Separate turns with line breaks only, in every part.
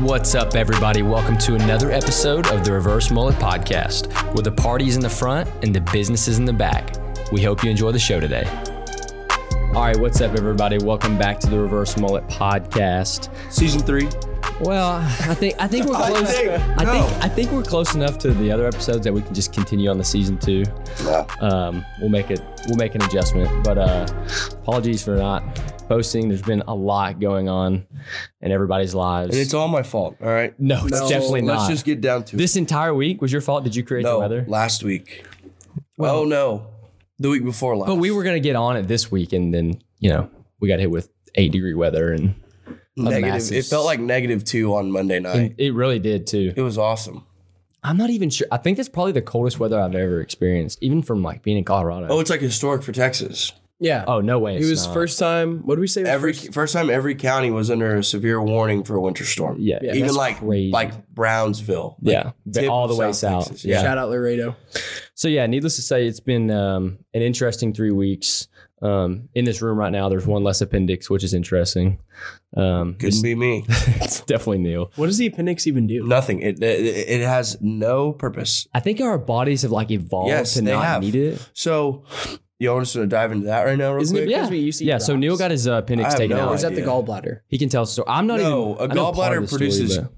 What's up, everybody? Welcome to another episode of the Reverse Mullet Podcast, where the party's in the front and the business is in the back. We hope you enjoy the show today. All right, what's up, everybody? Welcome back to the Reverse Mullet Podcast.
Season three.
Well, I think I think we're
I
close. I think,
think-
I
no.
think we're close enough to the other episodes that we can just continue on the season two.
Yeah.
Um, we'll make it. We'll make an adjustment. But uh, apologies for not posting. There's been a lot going on in everybody's lives.
And it's all my fault, all right?
no, it's definitely
let's
not.
just get down to
This entire week was your fault. Did you
it.
create
No,
the weather?
last week. Well, oh, no. The week before last.
But we were gonna get on it this week, and then you know we got hit with eight degree weather, and
negative.
massive-
It felt like negative two on Monday night.
and it really did too.
It was awesome.
I'm not even sure. I think that's probably the coldest weather I've ever experienced, even from like being in Colorado.
Oh, it's like historic for Texas.
Yeah.
Oh, no way.
It
it's
was
not.
first time. What do we say? was
Every
first-
first time every county was under a severe warning for a winter storm.
Yeah, Yeah,
Even
that's
like
crazy.
like Brownsville. Like,
Yeah, but
tip
all the
of
way south.
South Texas,
yeah.
Shout out Laredo.
So yeah, needless to say, it's been um, an interesting three weeks. Um, in this room right now, there's one less appendix, which is interesting. Um,
Couldn't be me.
it's definitely Neil.
What does the appendix even do?
Nothing. It, it it has no purpose.
I think our bodies have like evolved
Yes,
to
they
not
have.
need it.
So you want us to dive into that right now, real
Isn't it
quick?
because we used to eat
Yeah. So
rocks?
Neil got his uh,
I
appendix
have
taken
no
Or
out.
is that the
idea.
gallbladder?
He can tell. So I'm not
No,
even.
a
I know part
gallbladder
of the story,
produces
but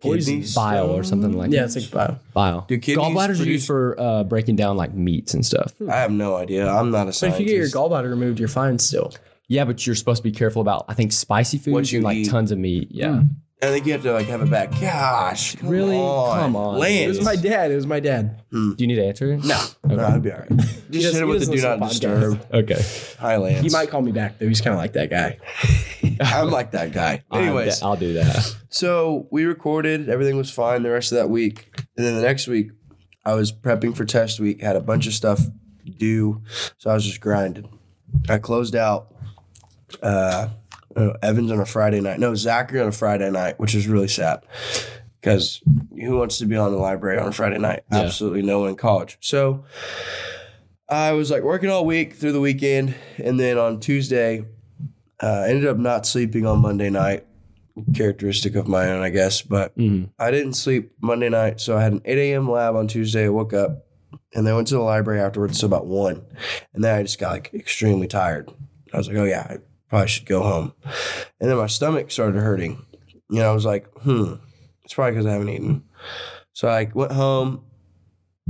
Kidneys.
bile or something like
Yeah,
that.
it's like bio.
bile.
Do kidneys
Gallbladders are used
produce-
for uh, breaking down like meats and stuff.
Hmm.
I have no idea. I'm not a
But
scientist.
if you get your gallbladder removed, you're fine still.
Yeah, but you're supposed to be careful about I think spicy foods
you
and like
eat.
tons of meat. Yeah.
I think you have to like have it back. Gosh, come
Really?
On.
Come on.
It
Lance.
was my dad. It was my dad.
Do you need to answer? it?
no, no, I'd be all right. Just hit
doesn't-
him with
he
the do
doesn't
not
listen to podcasts.
disturb.
Okay.
Hi, Lance.
He might call me back though. He's kind of like that guy.
I'm like that guy. Anyways,
I'll do that.
so we recorded. Everything was fine the rest of that week, and then the next week, I was prepping for test week. Had a bunch of stuff due, so I was just grinding. I closed out. Uh, uh, Evans on a Friday night. No, Zachary on a Friday night, which is really sad. Because who wants to be on the library on a Friday night?
Yeah.
Absolutely no one in college. So I was like working all week through the weekend. And then on Tuesday, uh, I ended up not sleeping on Monday night. Characteristic of my own, I guess. But
Mhm.
I didn't sleep Monday night. So I had an 8 a.m. lab on Tuesday. I woke up and then went to the library afterwards till about 1. And then I just got like extremely tired. I was like, oh, yeah, I probably should go home. And then my stomach started hurting. You know, I was like, hmm, it's probably because I haven't eaten. So I went home,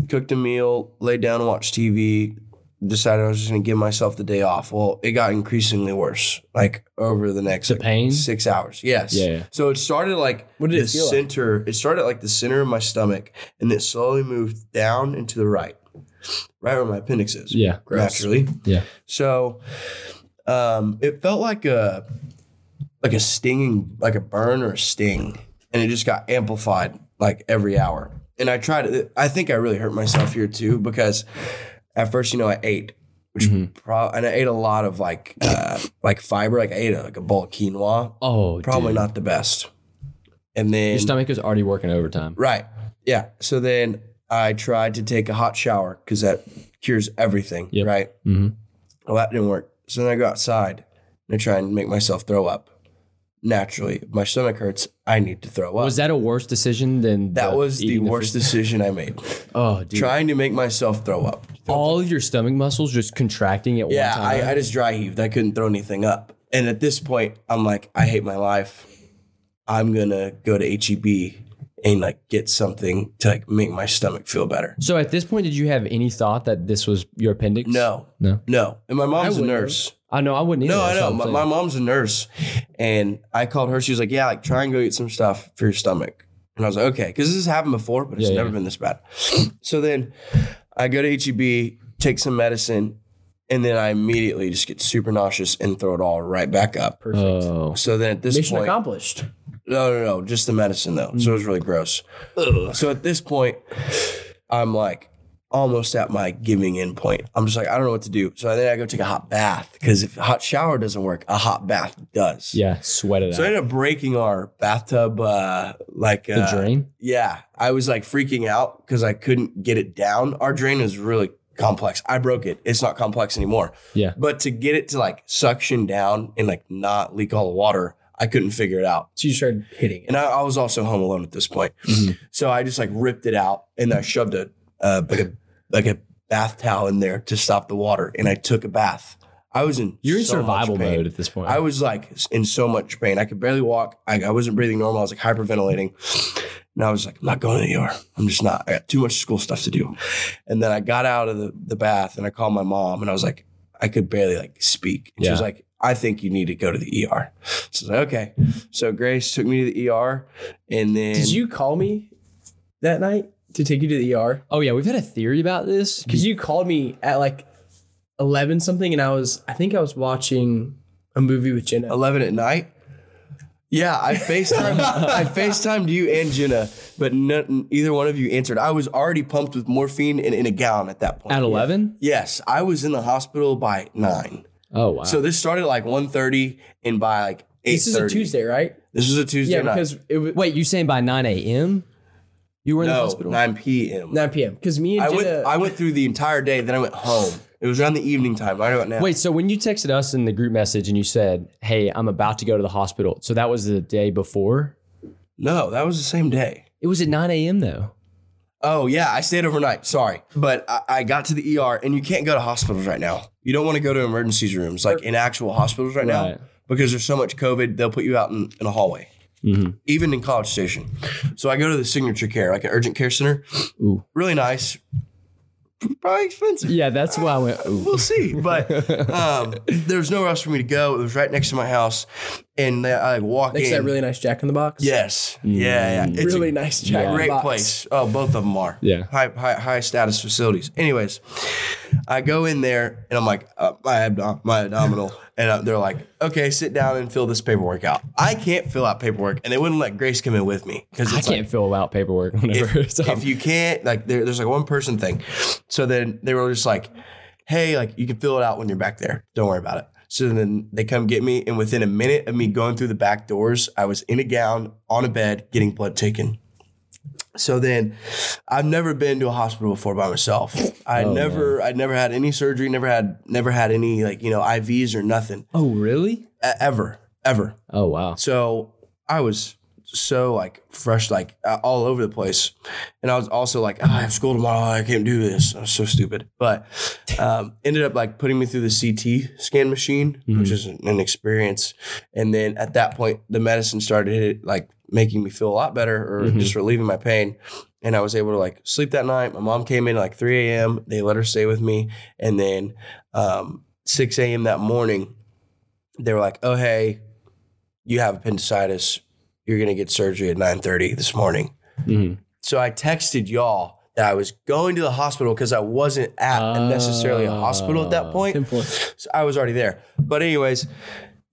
cooked a meal, laid down, and watched TV, decided I was just going to give myself the day off. Well, it got increasingly worse, like over the next
The
like,
pain?
six hours. Yes.
Yeah.
So it started like
What did it
the
feel like?
center. It started like the center of my stomach, and it slowly moved down and to the right, right where my appendix is.
Yeah.
naturally.
Yeah.
So, um, it felt like a like a stinging, like a burn or a sting, and it just got amplified like every hour. And I tried. I think I really hurt myself here too because at first, you know, I ate. Which
Mm-hmm.
pro- and I ate a lot of like uh, like fiber, like I ate a, like a bowl of quinoa.
Oh,
Probably
dude.
not the best. And then
Your stomach is already working overtime.
Right. Yeah. So then I tried to take a hot shower because that cures everything.
Yep.
Right.
Mhm.
Well, that didn't work. So then I go outside and I try and make myself throw up. Naturally, if my stomach hurts. I need to throw up.
Was that a worse decision than
that was the
eating
worst
food?
decision I made.
oh, dude!
Trying to make myself throw up.
All of your stomach muscles just contracting at
Yeah,
one time.
I, I just dry heaved. I couldn't throw anything up. And at this point, I'm like, I hate my life. I'm gonna go to HEB and like get something to like make my stomach feel better.
so at this point, did you have any thought that this was your appendix?
No,
No.
no. And my mom's a
wouldn't.
nurse.
I know. I wouldn't. Either,
No, I
that's
know.
what
My,
I'm
my
saying.
mom's a nurse, and I called her. She was like, "Yeah, like try and go eat some stuff for your stomach." And I was like, "Okay," because this has happened before, but it's
Yeah,
never
yeah.
been this bad. so then I go to HEB, take some medicine, and then I immediately just get super nauseous and throw it all right back up.
Perfect.
Oh,
So then at this
Mission
point,
accomplished.
no, no, no, just the medicine though. So it was really gross. So at this point, I'm like almost at my giving in point. I'm just like, I don't know what to do. So then I go take a hot bath because if a hot shower doesn't work, a hot bath does.
Oh, yeah. Sweat it
So I
out.
ended up breaking our bathtub, uh, like
The
uh,
drain.
Yeah, I was like freaking out because I couldn't get it down. Our drain is really complex. I broke it. It's not complex anymore.
Yeah.
But to get it to like suction down and like not leak all the water, I couldn't figure it out.
So you started hitting it.
And I, I was also home alone at this point.
Mm-hmm.
Mhm.
So I just like ripped it out and I shoved a, uh, like a, like a bath towel in there to stop the water. And I took a bath. I was in,
You're in
so much
survival
pain.
mode at this point.
I was like in so much pain. I could barely walk. I, I wasn't breathing normal. I was like hyperventilating. And I was like, I'm not going to the ER. I'm just not. I got too much school stuff to do. And then I got out of the, the bath and I called my mom and I was like, I could barely like speak. And She was
Yeah.
like, I think you need to go to the ER. So I was like, okay. So Grace took me to the ER and then
Did you call me that night to take you to the ER?
oh yeah, we've had a theory about this.
Because you called me at like eleven something, and I was I think I was watching a movie with Jenna.
11 at night. Yeah, I FaceTimed I FaceTimed you and Jenna, but none, either one of you answered. I was already pumped with morphine and in a gown at that point.
At eleven?
Yes, I was in the hospital by 9.
Oh wow.
So this started at like 1:30 and by like 8:30.
This is a Tuesday, right?
This is a Tuesday
Yeah,
night.
because it was
wait, you saying by nine a.m. you were in the
no,
hospital?
9 p.m.
nine p.m. Because me and
I went
Jenna,
I went through the entire day, then I went home. It was around the evening time, right about now.
Wait, so when you texted us in the group message and you said, "Hey, I'm about to go to the hospital," so that was the day before.
No, that was the same day.
It was at nine a.m. though.
Oh yeah, I stayed overnight. Sorry, but I, I got to the ER, and you can't go to hospitals right now. You don't want to go to emergency rooms, like in actual hospitals right now,
Right.
because there's so much COVID. They'll put you out in, in a hallway,
Mhm.
even in College Station. So I go to the Signature Care, like an urgent care center.
Ooh.
Really nice, probably expensive.
Yeah, that's why I went. Ooh.
We'll see, but um, there was nowhere else for me to go. It was right next to my house, and I like walk
next to
in.
that really nice Jack in the Box.
yes, yeah, yeah. It's a
really nice Jack. in the
great
Box.
place. Oh, both of them are.
Yeah.
High, high, high status facilities. Anyways, I go in there and I'm like, uh, my, abdo- my abdominal. And uh, they're like, okay, sit down and fill this paperwork out. I can't fill out paperwork. And they wouldn't let Grace come in with me because
I
it's
can't
like,
fill out paperwork whenever it's up.
if you can't, like, there, there's like one person thing. So then they were just like, hey, like, you can fill it out when you're back there. Don't worry about it. So then they come get me. And within a minute of me going through the back doors, I was in a gown on a bed getting blood taken. So then I've never been to a hospital before by myself. I
Oh,
never I never had any surgery, never had never had any like, you know, IVs or nothing
oh, really?
e- ever, ever.
Oh, wow.
So I was so like fresh, like uh, all over the place, and I was also like, "Ah, I have school tomorrow. I can't do this. I was so stupid. But um, ended up like putting me through the CT scan machine, which is an, an experience. And then at that point, the medicine started hit, like making me feel a lot better, or
Mhm.
just relieving my pain. And I was able to like sleep that night. My mom came in at like 3 a.m. They let her stay with me, and then um, 6 a.m. that morning, they were like, "Oh hey, you have appendicitis. You're gonna get surgery at 9:30 this morning."
Mhm.
So I texted y'all that I was going to the hospital because I wasn't at necessarily a hospital at that point.
Simple.
So I was already there. But anyways,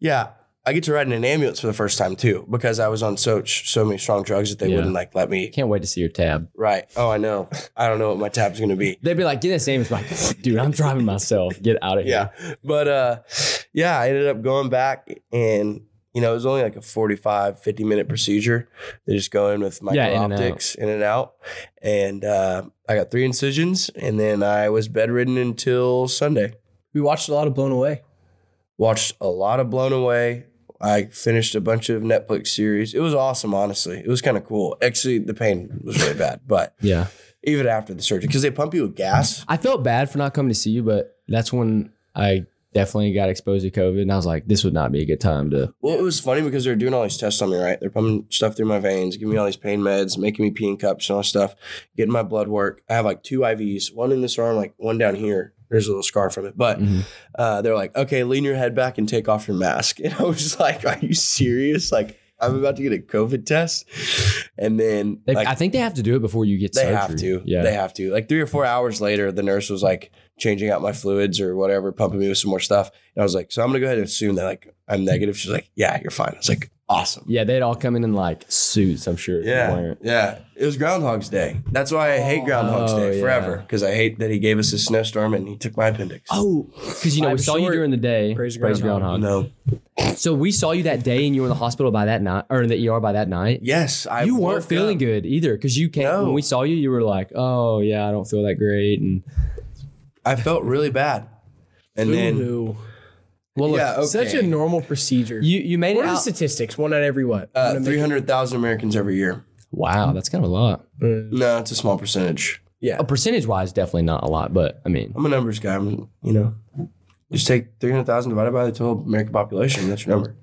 yeah, I get to ride in an ambulance for the first time too because I was on so so many strong drugs that they
Yeah.
wouldn't like let me.
Can't wait to see your tab.
Right. Oh, I know. I don't know what my tab's gonna be.
They'd be like, get this name. It's like, dude, I'm driving myself. Get out of here.
yeah but uh yeah i ended up going back and you know it was only like a 45 50 minute procedure they just go in with
Yeah, in and out.
micro-optics in and out and, uh i got three incisions and then i was bedridden until sunday
We watched a lot of Blown Away.
watched a lot of blown away i finished a bunch of netflix series it was awesome honestly it was kind of cool actually the pain was really bad but
Yeah.
even after the surgery because they pump you with gas
I felt bad for not coming to see you, but that's when I definitely got exposed to COVID. And I was like, this would not be a good time to.
Well, it was funny because they were doing all these tests on me, right? They're pumping stuff through my veins, giving me all these pain meds, making me pee in cups and all this stuff, getting my blood work. I have like two IVs, one in this arm, like one down here. There's a little scar from it. But
Mhm.
uh, they're like, okay, lean your head back and take off your mask. And I was just like, are you serious? Like, I'm about to get a COVID test. And then
They,
like,
I think they have to do it before you get
they
surgery.
have to.
Yeah.
They have to. Like three or four hours later, the nurse was like changing out my fluids or whatever, pumping me with some more stuff. And I was like, so I'm gonna go ahead and assume that like I'm negative. She's like, yeah, you're fine. I was like, awesome.
yeah. They'd all come in in like suits, I'm sure. if they
Yeah,
weren't.
yeah. It was Groundhog's Day. That's why I hate Groundhog's
Oh,
Day
yeah.
forever because I hate that he gave us a snowstorm and he took my appendix.
Oh, because you know,
I'm
we saw you
sure-
during the day.
Praise
Groundhog.
no.
So we saw you that day and you were in the hospital by that night or in the ER by that night.
Yes, I.
you
woke
weren't
up-
feeling good either because you came
No.
when we saw you you were like oh yeah i don't feel that great and
I felt really bad, and then uh,
Ooh. Well, look,
Yeah,
such a
okay.
normal procedure.
You you made
what
it
are the
out.
statistics? One out of every what?
Uh, 300,000 Americans every year.
Wow, that's kind of a lot.
Uh,
No, it's a small percentage.
yeah.
A percentage wise, Uh, definitely not a lot, but I mean,
I'm a numbers guy. I'm, you know, just take 300,000 divided by the total American population. That's your number.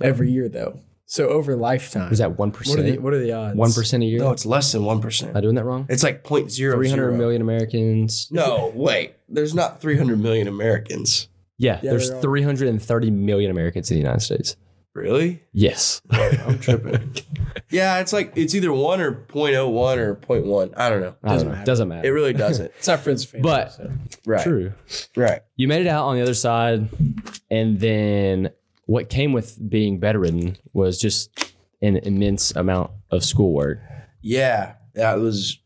Every year though. So over lifetime.
was that one
what are the
percent?
what are the odds?
One percent a year?
No, it's less than
Am I
1%.
doing that wrong?
It's like 0.00.
Three hundred million Americans.
No, wait. There's not 300 million Americans.
Yeah,
Yeah,
there's
there are.
330 million Americans in the United States.
Really?
Yes.
I'm tripping. yeah, it's like it's either 1 or 0.01 or 0.1. I don't know.
I don't
Doesn't
know.
matter.
Doesn't matter.
It really doesn't.
It's not friends and family.
But-
so.
right.
True.
Right.
You made it out on the other side, and then what came with being bedridden was just an immense amount of schoolwork.
Yeah. That was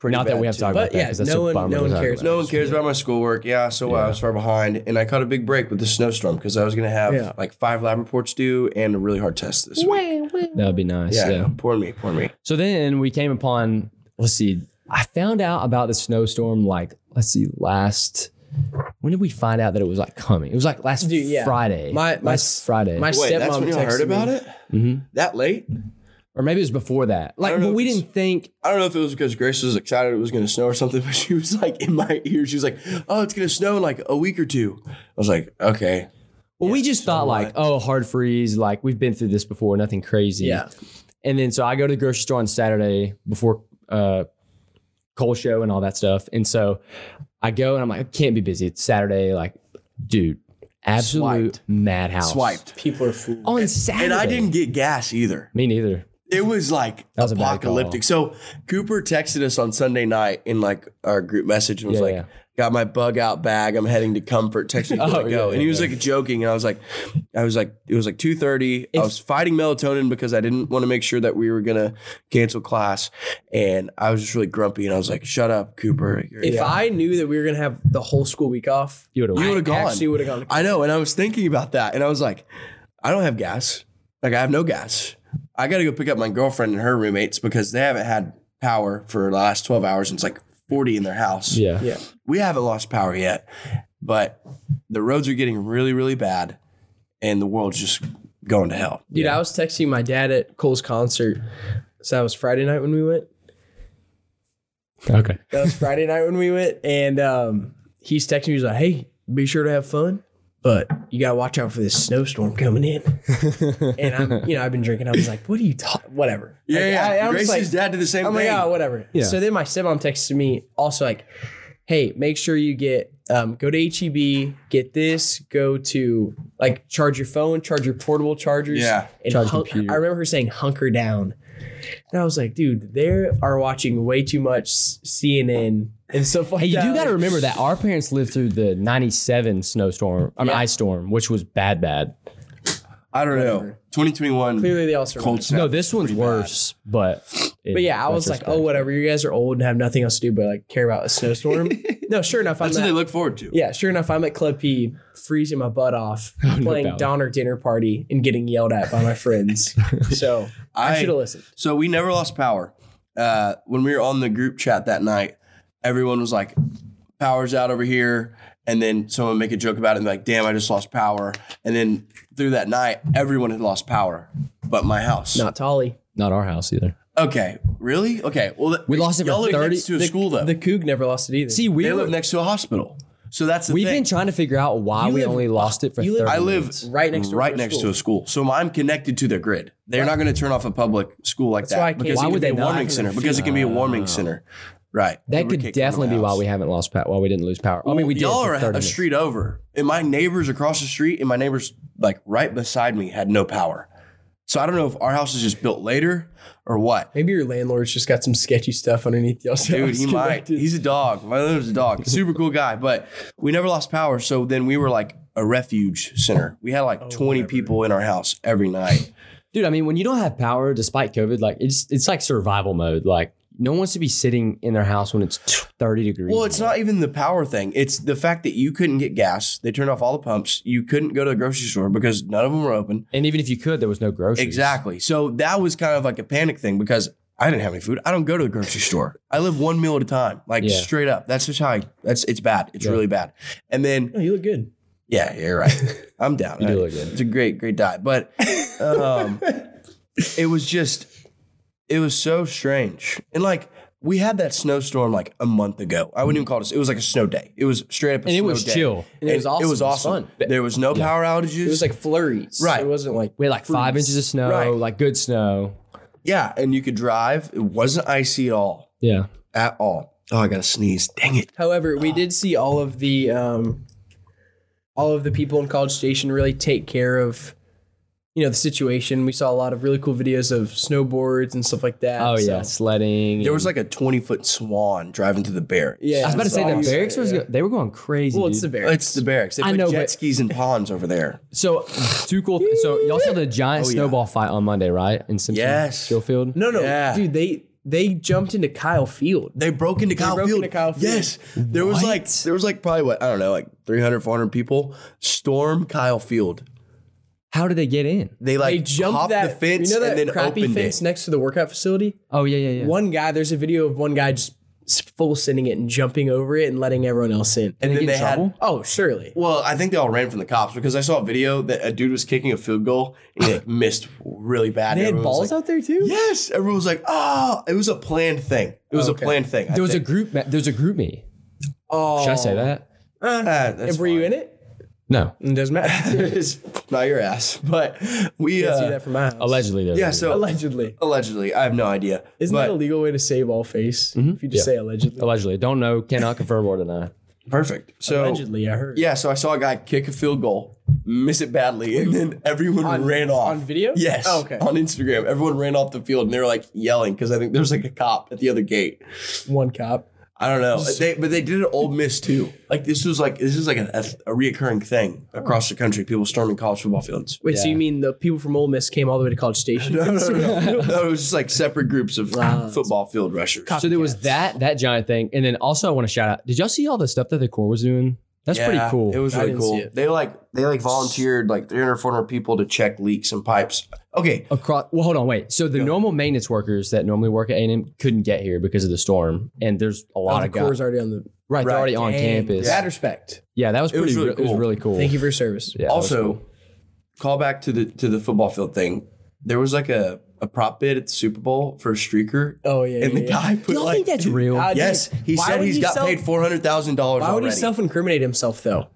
pretty
Not that
bad,
we have to
too.
talk about
But
that.
yeah,
'cause that's
no
a
one-
bummer
no
to
one
talk
cares.
about.
No one cares about my schoolwork. Yeah, so uh, I was far behind, and I caught a big break with the snowstorm because I was gonna have
Yeah.
like five lab reports due and a really hard test this week.
That would be nice.
Yeah,
Yeah.
poor me, poor me.
So then we came upon. Let's see. I found out about the snowstorm like let's see last. When did we find out that it was like coming? It was like last
Dude, yeah.
Friday.
My- my
last
s-
Friday.
my
Wait, that's
Stepmom
when you heard
texted
about
me.
it?
hmm
That late?
Or maybe it was before that. Like,
don't know
but
if
we
it's-
didn't think
I don't know if it was because Grace was excited it was gonna snow or something, but she was like in my ear. She was like, "Oh, it's gonna snow in like a week or two. I was like, "Okay."
Well, we just thought like, oh, hard freeze. Like we've been through this before, nothing crazy.
Yeah.
And then so I go to the grocery store on Saturday before uh, Cole show and all that stuff. And so I go and I'm like, I can't be busy. It's Saturday. Like, dude, absolute
Swiped.
madhouse.
Swiped,
People are fools.
on Saturday.
and I didn't get gas either.
Me neither.
It was like
That was a bad call.
apocalyptic. So Cooper texted us on Sunday night in like our group message and was
Yeah,
like,
yeah.
"Got my bug out bag. I'm heading to Comfort." Texted me to
Oh,
let go,
yeah,
and he
yeah,
was like joking, and I was like, "I was like, it was like two thirty. I
If-
was fighting melatonin because I didn't want to make sure that we were gonna cancel class, and I was just really grumpy, and I was like, "Shut up, Cooper." You're-
if I knew that we were gonna have the whole school week off,
You would
You
have.
would've gone.
actually would have gone.
I know, and I was thinking about that, and I was like, I don't have gas. Like I have no gas. I got to go pick up my girlfriend and her roommates because they haven't had power for the last twelve hours, and it's like forty in their house.
Yeah.
yeah.
we haven't lost power yet, but the roads are getting really, really bad, and the world's just going to hell.
Dude, I was texting my dad at Cole's concert. So that was Friday night when we went.
Okay.
That was Friday night when we went, and um, he's texting me. He's like, "Hey, be sure to have fun, but you gotta watch out for this snowstorm coming in." and I'm, you know, I've been drinking. I was like, "What are you talking? Whatever." Like, I, I was
Gracie's
like,
dad did the same
Oh my
thing.
god, whatever.
Yeah.
So then my stepmom texted me also like, "Hey, make sure you get um, go to HEB, get this, go to like charge your phone, charge your portable chargers,
Yeah.
and
Charge
hun-
computer.
I remember her saying hunker down, and I was like, dude, they are watching way too much CNN and stuff like
Hey, you
that.
do got to
Like,
remember that our parents lived through the 97 snowstorm, I mean,
Yeah.
ice storm, which was bad, bad.
I don't know. Twenty twenty one
Clearly, they also
cold
cold.
snap.
no, this one's worse, but.
But yeah, I was like, oh, whatever. You guys are old and have nothing else to do but like care about a snowstorm. no, sure enough, I'm
That's what
at-
they look forward to.
Yeah, sure enough, I'm at Club P, freezing my butt off, playing
Oh, doubt.
Donner Dinner Party and getting yelled at by my friends. so I,
I-
should have listened.
So we never lost power. Uh, when we were on the group chat that night, everyone was like, "Power's out over here," and then someone would make a joke about it and be like, "Damn, I just lost power." And then through that night, everyone had lost power, but my house.
Not Tolly.
Not our house either.
Okay, really? Okay. Well, th-
We lost it for
y'all live
30
next to a school though.
The Coog never lost it either.
See, we
they
were-
live next to a hospital, so that's the
we've
thing.
been trying to figure out why we
live-
only lost it for
you live-
30
I live
minutes.
right next door to
right
a
next
school.
to a school, so I'm connected to their grid. They're not going to turn off a public school like that
why I can't-
because
Why
it
would
could be
they
a
not?
warming center. Because it can be a warming center, right?
uh,
We
That
were
could
kicked out of
definitely
my
be why
house.
we haven't lost power. Why we didn't lose power. I mean, we did.
y'all
for
are
30
a
minutes.
street over, and my neighbors across the street and my neighbors like right beside me had no power. So I don't know if our house is just built later or what.
Maybe your landlord's just got some sketchy stuff underneath y'all.
Dude, he might. He's a dog. My landlord's a dog. Super cool guy, but we never lost power. So then we were like a refuge center. We had like 20 people in our house every night.
Dude, I mean, when you don't have power, despite COVID, like it's it's like survival mode. Like no one wants to be sitting in their house when it's 30 degrees.
Well, it's not even the power thing. It's the fact that you couldn't get gas. They turned off all the pumps. You couldn't go to the grocery store because none of them were open.
and even if you could, there was no groceries.
Exactly. So that was kind of like a panic thing because I didn't have any food. I don't go to the grocery store. I live one meal at a time, like
Yeah.
straight up. That's just how I. That's it's bad. It's
Yeah.
really bad. And then
Oh, you look good.
Yeah, you're right. I'm down.
You do
I-
look good.
It's a great, great diet. But um, it was just, it was so strange. And like, we had that snowstorm like a month ago. I wouldn't even call it. a s- It was like a snow day. It was straight up. A
And it
snow
was
day.
chill.
And it was awesome.
It was
It was
awesome.
fun.
There was no power outages.
It was like flurries.
Right.
It wasn't like
We had like five inches of snow,
Right.
like good snow.
yeah, and you could drive. It wasn't icy at all.
Yeah.
At all. Oh, I got to sneeze. Dang it.
However, we did see all of the um, all of the people in College Station really take care of you know the situation. We saw a lot of really cool videos of snowboards and stuff like that.
Oh
so-
yeah, sledding.
There was like a 20 foot swan driving through the bear.
Yeah,
I was about to say
awesome.
the barracks was go- they were going crazy.
Well, it's the
dude.
bear.
It's the barracks. They
I
put
know,
jet
but-
skis and ponds over there.
so two cool. so y'all saw the giant snowball fight on Monday, right? In Simpson
Yes.
Schofield.
no, no,
Yeah.
dude. They they jumped into Kyle Field.
They broke into Kyle
broke
Field.
into Kyle Field.
Yes. There was like there was like probably what, I don't know, like 300 400 people storm Kyle Field.
How did they get in?
They like
They jumped
hopped
that
the fence
You know that
and then
crappy
opened
fence
it.
next to the workout facility.
Oh yeah, yeah, yeah.
One guy, there's a video of one guy just s- full sending it and jumping over it and letting everyone else in.
And then
get in
they had
trouble?
oh, surely.
well, I think they all ran from the cops because I saw a video that a dude was kicking a field goal and he like missed really bad.
They had
Everyone was
balls
like,
out there too.
Yes, everyone was like, "Oh, it was a planned thing. It was a planned thing."
there was a group. ma- There was a group me.
Oh,
Should I say that?
uh,
Ah, that's
were you in it?
No.
It doesn't matter.
it's not your ass, but we
I see
uh,
that from my house.
Allegedly, there.
yeah.
was.
So
allegedly.
allegedly, I have no idea.
Isn't
but,
that a legal way to save all face?
Mm-hmm.
If you just say allegedly.
allegedly. Don't know. Cannot confirm or deny.
perfect? So
Allegedly, I heard.
yeah, so I saw a guy kick a field goal, miss it badly, and then everyone ran off
on video?
Yes,
Oh, okay.
on Instagram, everyone ran off the field and they were like yelling because I think there was like a cop at the other gate.
One cop.
I don't know. They, but they did it at Old Miss too. Like this was like this is like a, a, reoccurring thing across the country. People storming college football fields.
Wait, so
Yeah.
you mean the people from Ole Miss came all the way to College Station?
No, no, no, no. no. It was just like separate groups of football field rushers.
So there was that that giant thing, and then also I want to shout out. Did y'all see all the stuff that the Corps was doing? That's pretty
Yeah,
cool.
It was
I
really
didn't see
cool.
it.
They like they like volunteered like 300 400 people to check leaks and pipes. Okay,
across. Well, hold on, wait. So the normal maintenance workers that normally work at A and M couldn't get here because of the storm, and there's a lot
the
of guys.
Corps already on the
Right, they're
Right.
already on
Dang,
campus.
Mad
Yeah,
respect.
that was
It was
pretty.
really
re- It
cool.
was really cool.
Thank you for your service.
Yeah, that was
also
cool.
call back to the to the football field thing. There was like a a prop bid at the Super Bowl for a streaker.
Oh, yeah,
and
yeah,
the
yeah.
guy
Do
put
y'all
like
think that's real?
Uh,
yes. He
Why
said
would
he's
he
got
self-
paid four hundred thousand dollars
Why would
already.
he self incriminate himself, though?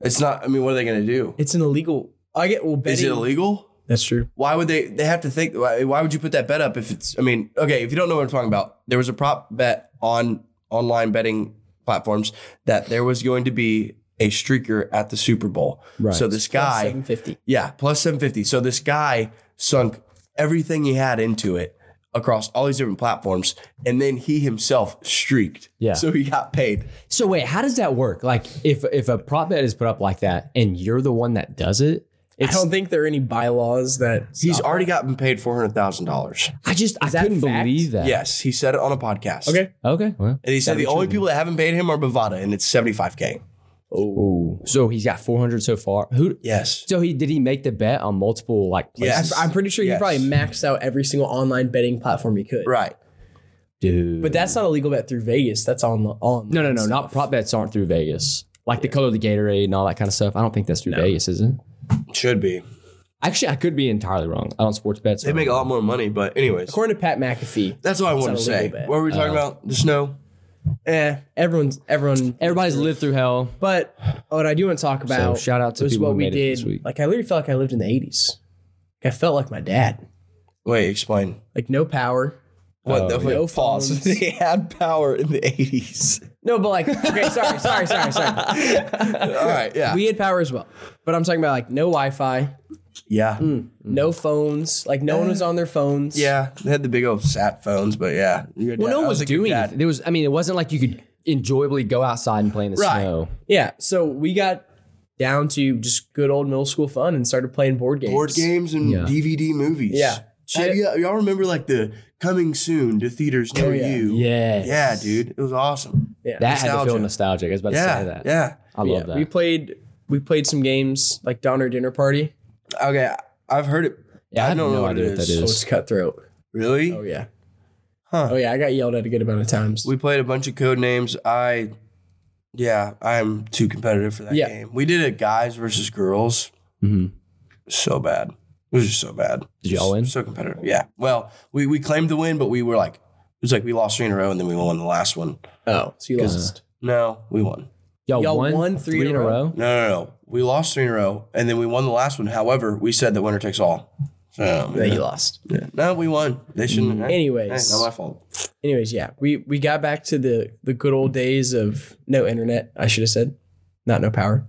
it's not. I mean, what are they going to do?
It's an illegal. I get, well, betting.
Is it illegal?
That's true.
Why would they? They have to think. Why, why would you put that bet up if it's? I mean, okay, if you don't know what I'm talking about, there was a prop bet on online betting platforms that there was going to be a streaker at the Super Bowl.
Right.
So this guy,
750.
yeah, plus 750. So this guy sunk everything he had into it across all these different platforms, and then he himself streaked.
Yeah.
So he got paid.
So wait, how does that work? Like, if if a prop bet is put up like that, and you're the one that does it,
I
it's, I,
don't think there are any bylaws that.
He's already gotten paid four hundred thousand dollars.
just I
that
couldn't
fact?
believe that.
Yes, he said it on a podcast.
Okay.
Okay. Well.
And he said the only people that haven't paid him are Bovada, and it's seventy five k.
Ooh. So he's got 400 so far. Who?
Yes.
So he did he make the bet on multiple like places?
Yes.
I'm pretty sure he
Yes.
probably maxed out every single online betting platform he could.
Right.
Dude.
But that's not a legal bet through Vegas. That's on on.
no, no, no. Not prop bets aren't through Vegas. Like the color of the Gatorade and all that kind of stuff. I don't think that's through Vegas, is it?
Should be.
Actually, I could be entirely wrong. I don't sports bets.
They make a lot more money, but anyways,
According to Pat McAfee,
that's what I wanted to
It's not a
say.
legal bet.
What were we talking about? The snow.
eh, everyone's everyone.
Everybody's lived through hell.
But what I do want to talk about
shout out to
was
people
what
who
we
made it
did.
this week.
Like I literally felt like I lived in the 80s. Like I felt like my dad.
Wait, explain.
Like no power.
What the
Oh,
wait,
yeah.
pause?
phones.
they had power in the eighties.
No, but like okay, sorry, sorry, sorry, sorry.
All right. Yeah.
We had power as well, but I'm talking about like no Wi-Fi,
yeah.
no phones. Like no one was on their phones.
Yeah. They had the big old sat phones, but yeah. Your
Well,
dad-
no
I
one was
thinking
doing
dad.
it. There was. I mean, it wasn't like you could enjoyably go outside and play in the
Right.
snow.
Yeah, so we got down to just good old middle school fun and started playing board games.
board games and
Yeah.
DVD movies.
Yeah.
Have you, y'all remember like the coming soon to theaters
Oh,
near
yeah.
you?
Yes.
Yeah, dude. It was awesome.
Yeah.
That had to
Nostalgia.
feel nostalgic. I was about to
Yeah.
say that.
Yeah.
I love
yeah,
that.
we played we played some games like Donner Dinner Party.
Okay. I've heard it.
Yeah, I have
don't
no
know
idea what that
Oh,
is.
it's cutthroat.
Really?
Oh yeah.
Huh.
Oh yeah, I got yelled at a good amount of times.
We played a bunch of code names. I Yeah, I'm too competitive for that
Yeah.
game. We did it guys versus girls.
Mm-hmm.
So bad. It was just so bad.
Did y'all win?
So competitive. Yeah. Well, we, we claimed to win, but we were like, it was like we lost three in a row and then we won the last one.
Oh, so you
Uh,
lost.
No, we won.
Y'all,
Y'all
won,
won
three, in a row.
No, no, no. We lost three in a row and then we won the last one. However, we said that winner takes all. So,
That you lost.
yeah. No, we won. They shouldn't. Hey, hey,
Anyways,
not my fault.
anyways, yeah, we we got back to the the good old days of no internet. I should have said, not no power,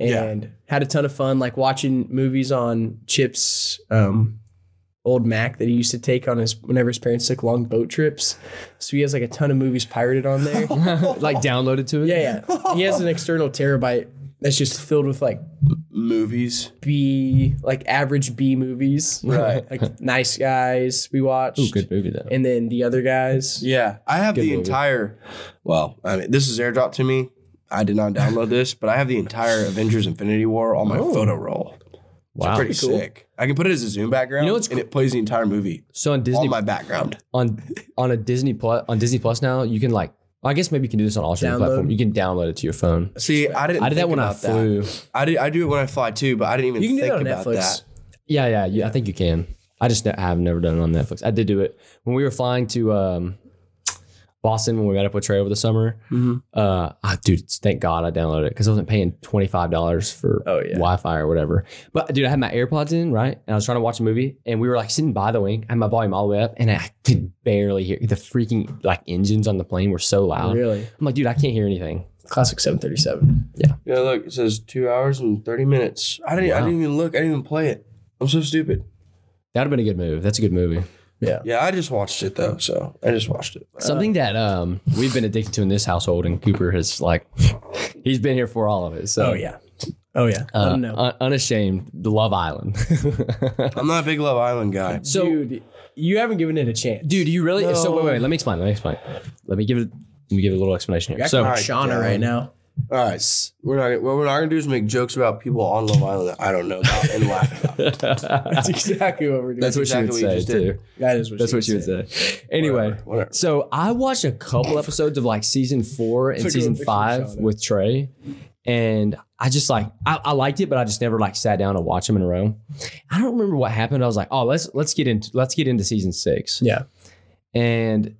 Yeah.
and had a ton of fun like watching movies on Chip's um, old Mac that he used to take on his whenever his parents took long boat trips. So he has like a ton of movies pirated on there.
like downloaded to it.
yeah, yeah, he has an external terabyte that's just filled with like
Movies.
B like average B movies,
Right.
like Nice Guys we watched,
Ooh, good movie though.
and then the other guys.
Yeah, I have the
movie.
entire. Well, I mean, this is airdrop to me. I did not download this, but I have the entire Avengers: Infinity War on my photo roll.
wow.
Pretty sick. I can put it as a zoom background,
You know what's
and it plays the entire movie
So on Disney
on my background.
on on a Disney plus on Disney Plus now you can like I guess maybe you can do this on all streaming
Download.
platforms. You can download it to your phone.
See, I didn't.
I did that
think
when I
about that.
flew.
I do. I do it when I fly too, but I didn't even
You can do
think
that on
about
Netflix.
that.
Yeah, yeah, yeah. I think you can. I just ne- have never done it on Netflix. I did do it when we were flying to um, Boston when we met up with Trey over the summer.
Mm-hmm.
Mhm.
Uh, ah, dude, thank God I downloaded it because I wasn't paying twenty five dollars for
Oh, yeah.
Wi Fi or whatever. But dude, I had my AirPods in right, and I was trying to watch a movie, and we were like sitting by the wing. I had my volume all the way up, and I could barely hear the freaking like engines on the plane were so loud.
Really,
I'm like, dude, I can't hear anything.
classic seven thirty seven.
Yeah, look, it says two hours and thirty minutes. I didn't. I
Wow.
didn't even look. I didn't even play it. I'm so stupid.
That'd have been a good move. That's a good movie.
Yeah, I just watched it though, so I just watched it.
Something that um we've been addicted to in this household, and Cooper has like, he's been here for all of it. So
Oh yeah, oh yeah.
uh,
oh no,
un- unashamed, the Love Island.
I'm not a big Love Island guy.
so, dude,
dude, you haven't given it a chance.
you really? So wait,
No.
wait, wait, let me explain. Let me explain. Let me give it. Let me give it a little explanation here.
You're
So,
acting like
Alright,
Shauna
done.
right now.
All right, s- we're not. What we're not gonna do is make jokes about people on Love Island that I don't know about and laugh about.
That's exactly what we're doing.
that's what she would
exactly what you
say
just did.
too.
that is what
That's
she
what she would say. Anyway,
whatever.
so I watched a couple episodes of like season four and
Took a
season
picture and
five
shot it.
with Trey, and I just like I, I liked it, but I just never like sat down and watched them in a row. I don't remember what happened. I was like, oh, let's let's get into let's get into season six,
Yeah,
and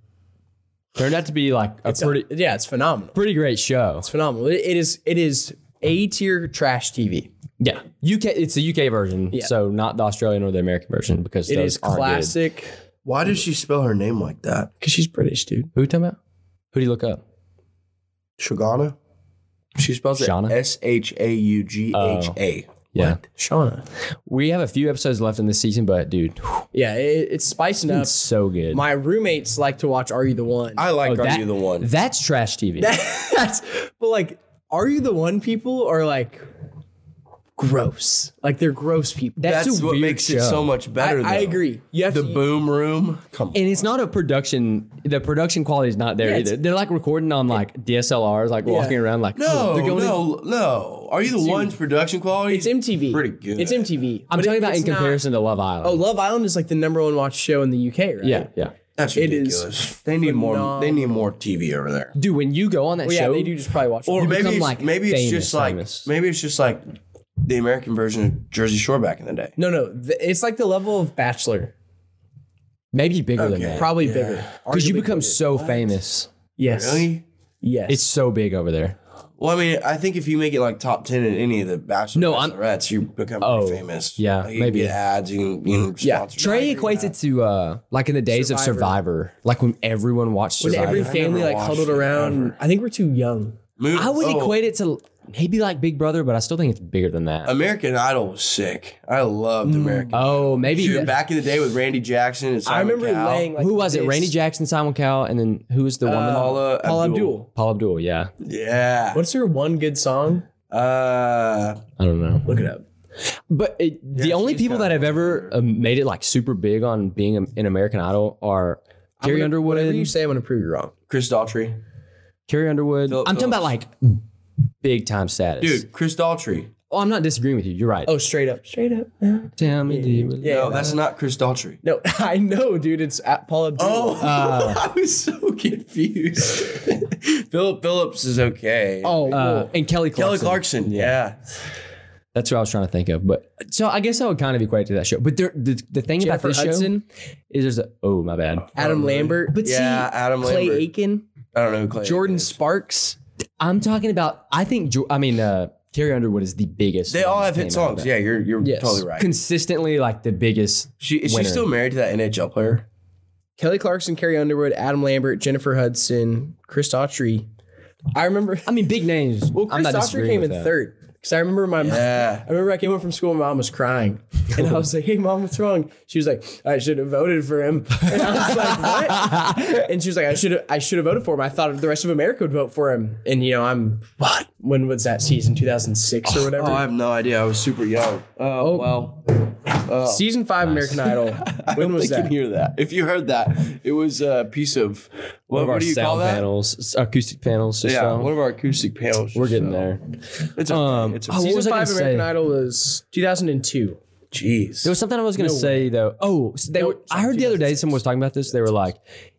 turned out to be like a
it's
pretty
pretty. yeah, it's phenomenal.
pretty great show.
It's phenomenal. It- it is. It is a tier trash TV.
Yeah, UK. It's the UK version, so not the Australian or the American version because
It
those
is
aren't good.
classic.
Why does she spell her name like that?
Cause she's British, dude.
Who you talking about? Who do you look up?
Shagana. She spells it
Shauna?
S H A U G H A.
Yeah,
Shauna.
we have a few episodes left in this season, but dude, whew,
Yeah, it, it's spicing up.
it's so good.
Uh, My roommates like to watch Are You the One?
I like Are
Oh, that-
You the One.
That's trash TV.
That's but like, Are You the One? People are like gross. Like they're gross people.
That's
That's
a
what
weird
makes it
show.
so much
I,
better.
I
though.
agree. You have
The
to,
Boom Room. Come on.
and it's not a production. The production quality is not there
Yeah, it's-
either. They're like recording on like DSLRs, like walking around like
No,
they're going
no, no. Are You the One's production quality?
It's MTV.
Pretty good.
It's MTV.
I'm
But
talking
it-
about in
it's not-
comparison to Love
oh,
Island.
Love Island is like the number one watched show in the UK, right?
yeah, yeah.
That's
it
ridiculous.
is
they need more. They need more TV over there.
Dude, when you go on that
Well, yeah,
show,
they do just probably watch.
Or
it.
maybe
become,
it's,
like,
maybe it's
famous,
just like
famous.
maybe it's just like the American version of Jersey Shore back in the day.
no, no, th- it's like the level of Bachelor,
maybe bigger than
Okay.
that
probably bigger.
because you become so famous.
yes,
Really?
yes.
It's so big over there.
Well, I mean, I think if you make it like top ten in any of the Bachelor
No, I'm-
Bachelorettes, you become
Oh,
pretty famous.
yeah,
Like, you
maybe.
get ads. You can, you can
Yeah,
sponsor
Trey
ads.
equates it to uh, like in the days of
Survivor.
Survivor, like when everyone watched
when
Survivor.
every
never
family like
watched
huddled
it
around.
ever.
I think we're too young.
Move-
I would
oh,
equate it to maybe like Big Brother, but I still think it's bigger than that.
American Idol was sick. I loved American.
oh, maybe
Dude, back in the day with Randy Jackson and Simon
I remember
Cowell,
laying like
who was it?
this. Uh,
Rainy Jackson, Simon Cowell, and then who was the woman?
Paula,
Paul Abdul.
Paul Abdul. Yeah,
Yeah.
What's her one good song?
Uh,
I don't know.
Look it up.
But it, the only
she's
people
kinda
that have ever um, made it like super big on being a- an American Idol are Carrie Underwood.
Whatever you say, I'm gonna prove you wrong.
Chris Daughtry.
Carrie Underwood.
Phillip
I'm talking about like big time status,
Dude, Chris Daughtry.
Oh, I'm not disagreeing with you. You're right.
Oh, straight up, straight up. Yeah.
tell me, do you believe-
Yeah.
No, that's not Chris Daughtry.
No, I know, dude. It's at Paul Abdul.
Oh,
Uh,
I was so confused. Philip Phillips is okay.
oh,
Uh,
cool.
and Kelly Clarkson.
Kelly Clarkson. Yeah.
That's what I was trying to think of. But so I guess I would kind of equate to that show. But there, the, the thing about
Jennifer
this
Hudson?
show is there's a oh my bad.
Adam
really?
Lambert.
But
Yeah,
see,
Adam
Clay
Lambert.
Aiken,
I don't know who Clay.
Jordan
is.
Sparks.
I'm talking about. I think Jo- I mean uh, Carrie Underwood is the biggest.
They all
one
have
that
hit
came out of
songs.
that.
Yeah, you're you're
Yes.
totally right.
consistently like the biggest.
She is
winner.
she still married to that NHL player?
Kelly Clarkson, Carrie Underwood, Adam Lambert, Jennifer Hudson, Chris Daughtry. I remember.
I mean, big names.
Well, Chris Daughtry came in third because I remember my.
Yeah.
I remember I came home from school and mom was crying. And I was like, hey, mom, what's wrong? She was like, I should have voted for him. And I was like, what? And she was like, I should have I should have voted for him. I thought the rest of America would vote for him. And you know, I'm what? When was that season? 2006 or whatever?
Oh, I have no idea. I was super young. Oh, well. oh.
season five American Idol. When was
they can
that?
hear that. If you heard that, it was a piece of what,
One of our
what do you call
sound
that?
panels, s- acoustic panels. Just
Yeah,
sound.
one of our acoustic panels.
We're getting
so-
there.
It's a,
Um,
it's a,
oh, what was
Season
I gonna
five American
say?
Idol was 2002.
jeez.
There was something I was going to say though. Oh, so they
No,
were, I heard the other day someone was talking about this. They were like,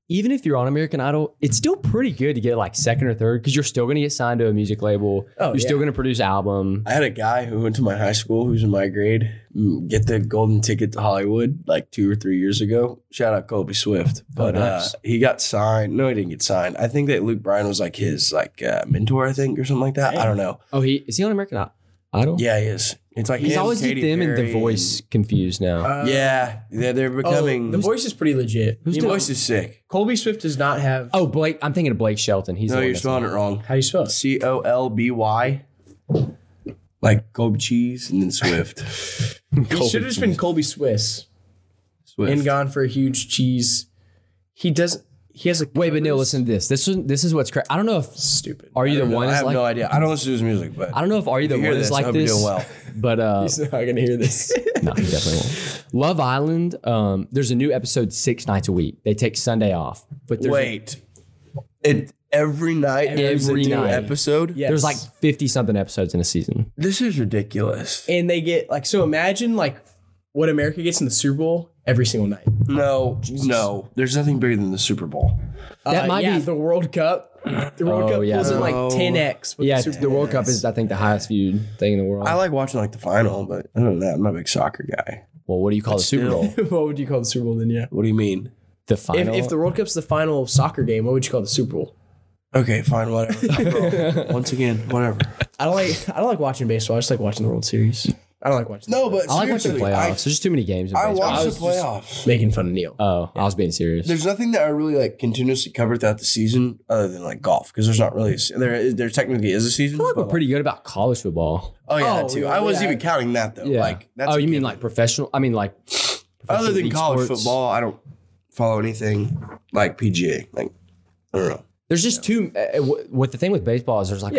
even if you're on American Idol, it's still pretty good to get like second or third because you're still going to get signed to a music label.
Oh,
you're still
yeah.
going to produce album.
I had a guy who went to my high school who's in my grade mm, get the golden ticket to Hollywood like two or three years ago. Shout out Kobe Swift. But
Oh, nice.
uh, he got signed. No, he didn't get signed. I think that Luke Bryan was like his like uh, mentor, I think, or something like that. I don't know.
Oh, he is he on American I- Idol?
Yeah, he is. It's like
he's
him,
always get
Katy
them and
Perry,
The Voice confused now.
Uh,
yeah, they're, they're
oh,
becoming.
the voice is pretty legit.
Who's
the
doing-
voice is sick.
Colby Swift does not have.
oh, Blake. I'm thinking of Blake Shelton. He's the
No,
one
you're
that's-
spelling it wrong.
How do you spell it?
C O L B Y. Like Kobe cheese and then Swift.
He should have just been Colby Swiss
Swift.
and gone for a huge cheese. He doesn't. He has a
Wait, but no, listen to this. This is this is what's crazy. I don't know if
Stupid.
Are You the
I don't
One
know. I
is
have
like
no idea. I don't listen to his music, but
I don't know if Are You the
you
One
hear
is
this, I
like
hope you're
this.
doing well.
But uh,
He's not gonna hear this.
no, he definitely won't. Love Island. Um, there's a new episode six nights a week. They take Sunday off, but there's
Wait. It every night there's
Every
a new
night.
episode.
Yeah.
there's like
Yes.
fifty something episodes in a season.
This is ridiculous.
and they get like so. Imagine like what America gets in the Super Bowl every single night.
No, no. There's nothing bigger than the Super Bowl.
That
Uh,
might
yeah,
be-
the World Cup. The World
Oh,
Cup
yeah,
was
the-
in like
Oh.
10x. with
Yeah,
the Super
the
Bowl.
World Cup is I think the highest viewed thing in the world.
I like watching like the final, but other than that, I'm not a big soccer guy.
well, what do you call the Super
still-
Bowl?
what would you call the Super Bowl then? Yeah.
What do you mean?
The
If,
final.
if the World Cup's the final soccer game, what would you call the Super Bowl?
Okay, fine, whatever. Once again, whatever.
I don't like. I don't like watching baseball. I just like watching the World Series. I don't like watching.
No, but
I like watching
seriously,
playoffs.
I-
there's just too many games. in
I,
baseball.
watch the
was-
playoffs.
making fun of Neil.
Oh, I was being serious.
There's nothing that I really like continuously cover throughout the season other than like golf because there's not really a, se- there is- there technically is a
I
season.
feel like
but,
we're pretty good about college football.
like- oh yeah, that
Oh,
too.
yeah,
I wasn't
yeah.
even counting that though.
Yeah.
Like
oh,
a
you mean
given.
like professional? I mean like
other
professional
than
league
college
sports.
football, I don't follow anything like PGA. Like I don't know.
There's just too. Uh, wh- what the thing with baseball is there's like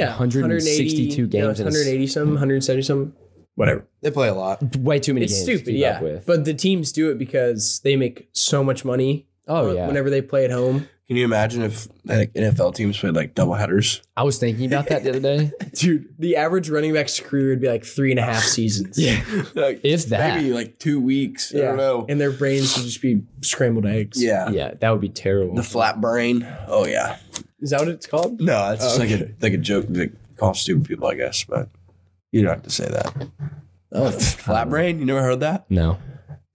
162 games. in a s-
180 some, 170 some, whatever.
They play a lot.
way too many
It's
games to
stupid,
keep
yeah.
up with.
But the teams do it because they make so much money.
Oh,
wh-
yeah.
Whenever they play at home,
Can you imagine if like NFL teams played like double headers?
I was thinking about that the other day.
dude, the average running back's career would be like three and a half seasons. yeah,
Like,
If that.
maybe like two weeks. I don't know.
And their brains would just be scrambled eggs.
yeah.
yeah, that would be terrible.
The flat brain. Oh yeah.
is that what it's called?
No, that's just like a like a joke that calls stupid people, I guess, but you don't have to say that.
Oh,
Flat brain? You never heard that?
no.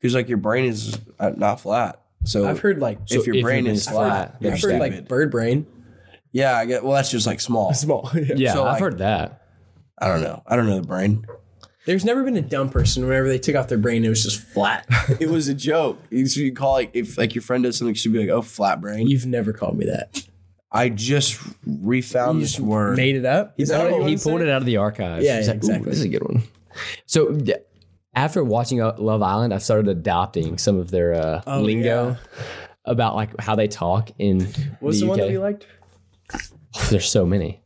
Because like your brain is uh, not flat. So
I've heard like
if your
if
brain
your
is
brain's flat,
flat,
you're
you're
I've heard like
stupid.
bird brain,
yeah, I get. Well, that's just like small.
small.
Yeah,
So,
I've
like-
heard that.
I don't know. I don't know the brain.
There's never been a dumb person. Whenever they took off their brain, it was just flat.
It was a joke. You so you call like if like your friend does something, she'd be like, "Oh, flat brain."
You've never called me that.
I just refound
You
this
just
word.
made it up. Is that what you
he
wanna say?
pulled it out of the archives.
Yeah,
He's
yeah,
like, "Ooh,
exactly.
This is a good one. So d- after watching uh, Love Island, I've started adopting some of their uh,
Oh,
lingo
yeah.
about like how they talk in
What's
the,
the,
UK.
one that you liked?
There's so many.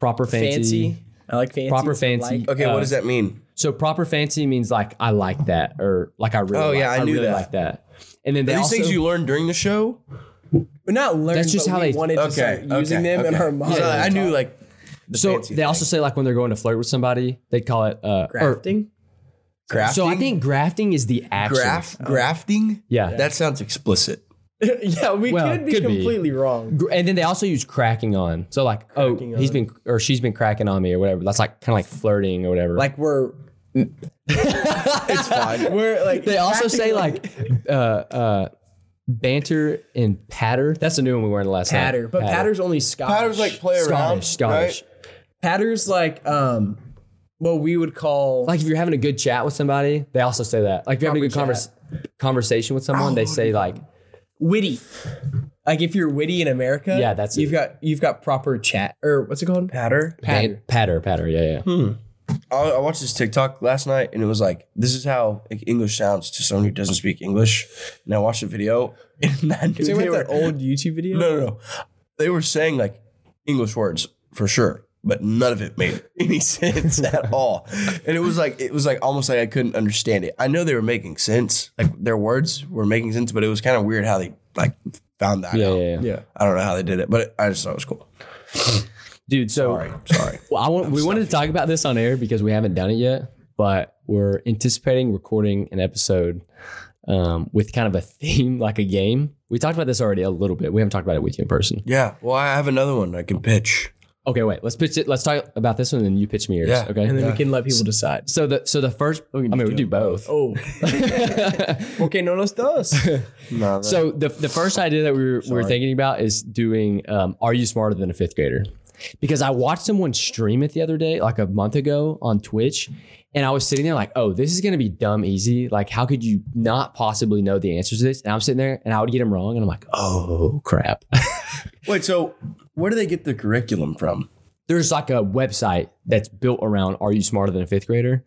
Proper fancy.
I like fancy.
Proper
That's what I
fancy.
like.
Okay, what does that mean?
So proper fancy means like I like that or like I really.
Oh, yeah,
like-
I knew
really
that.
like that. And then they
These
also,
things you learn during the show.
But not learn.
That's just
but
how
we
they-
wanted to
Okay,
start using
okay,
them in
okay.
our mind.
Yeah, I knew like
The
so
fancy
they also
thing.
say like when they're going to flirt with somebody, they call it uh, or-
crafting.
Grafting.
So I think grafting is the action.
graph grafting.
Yeah.
that sounds explicit.
yeah, we
Well,
could be
could be.
completely wrong.
Gr- And then they also use cracking on. So like,
Cracking
oh, he's
on.
been or she's been cracking on me or whatever. That's like kind of like flirting or whatever.
Like we're
It's fine.
we're like
they also say like uh, uh, banter and patter. That's the new one we learned last night.
patter, but patter's only Scottish.
Patter's like play around.
Scottish, Scottish.
right?
patter's like um, what we would call
Like if you're having a good chat with somebody, they also say that. Like if you're having a good
Proper
convers- conversation with someone,
Oh,
they say like,
witty. Like if you're witty in America,
Yeah, that's
you've
it.
got you've got proper chat or what's it called? Patter. Hmm.
ban- patter, patter. Yeah, yeah.
I I watched this TikTok last night and it was like, this is how like, English sounds to someone who doesn't speak English. And I watched the video and I knew
Is
they
it like
were,
that old YouTube video?
no, no, no. They were saying like English words for sure, but none of it made any sense at all. And it was like, it was like almost like I couldn't understand it. I know they were making sense. Like their words were making sense, but it was kind of weird how they like found that
Yeah,
out.
yeah, yeah.
Yeah.
I don't know how they did it, but I just thought it was cool.
Dude, so
Sorry. Sorry.
Well, I want, we wanted to talk about this on air because we haven't done it yet, but we're anticipating recording an episode um, with kind of a theme, like a game. We talked about this already a little bit. We haven't talked about it with you in person.
yeah. Well, I have another one I can pitch.
Okay, wait. Let's pitch it. Let's talk about this one, and then you pitch me yours.
Yeah.
Okay.
And then we can let people decide.
so the so the first. I mean, we do both.
Oh. okay, no los dos.
No, that-
So the the first idea that we were, we were thinking about is doing um, Are You Smarter Than a Fifth Grader? Because I watched someone stream it the other day, like a month ago on Twitch, and I was sitting there like, oh, this is gonna be dumb easy. Like, how could you not possibly know the answers to this? And I'm sitting there and I would get them wrong, and I'm like, oh crap.
Wait, so where do they get the curriculum from?
There's like a website that's built around Are You Smarter Than a Fifth Grader?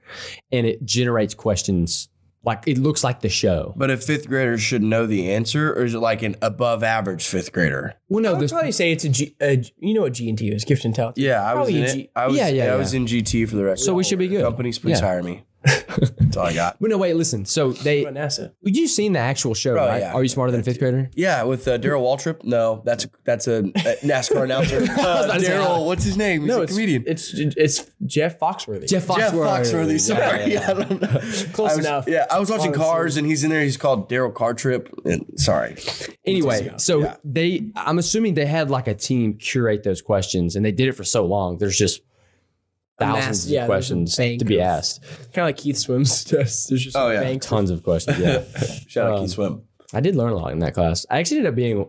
And it generates questions. Like it looks like the show.
But a fifth grader should know the answer, or is it like an above average fifth grader?
Well,
I
no,
would
this
probably say it's a G, a G- you know what G and T is, gift and talent.
Yeah, I was
Probably
in
G-
it. I was,
yeah,
yeah,
yeah,
I was in GT for the rest.
So
of
we
the
should be good.
Companies, please
Yeah.
hire me. That's all I got.
Well, no, wait, listen. So they
About NASA.
You've seen the actual show,
Bro,
right?
yeah.
Are you smarter than a fifth grader?
Yeah, with uh, Daryl Waltrip. No, that's that's a, a NASCAR announcer. Uh,
to say,
Daryl, what's his name? He's
No,
a
it's
comedian.
It's it's Jeff Foxworthy.
Jeff Foxworthy.
Jeff Foxworthy.
Yeah,
Sorry,
yeah,
I don't know.
Close
I was-
enough.
Yeah, I was watching
Honestly.
Cars, and he's in there. He's called Daryl Car Trip. And sorry,
Anyway, so they, I'm assuming they had like a team curate those questions, and they did it for so long. There's just
A mass-
thousands of
yeah, there's a
questions
bank
to be
of-
asked.
kind of like Keith Swim's test. There's just
Oh,
a
yeah.
bank.
Tons of questions. Yeah,
shout out
Um,
Keith Swim.
I did learn a lot in that class. I actually ended up being,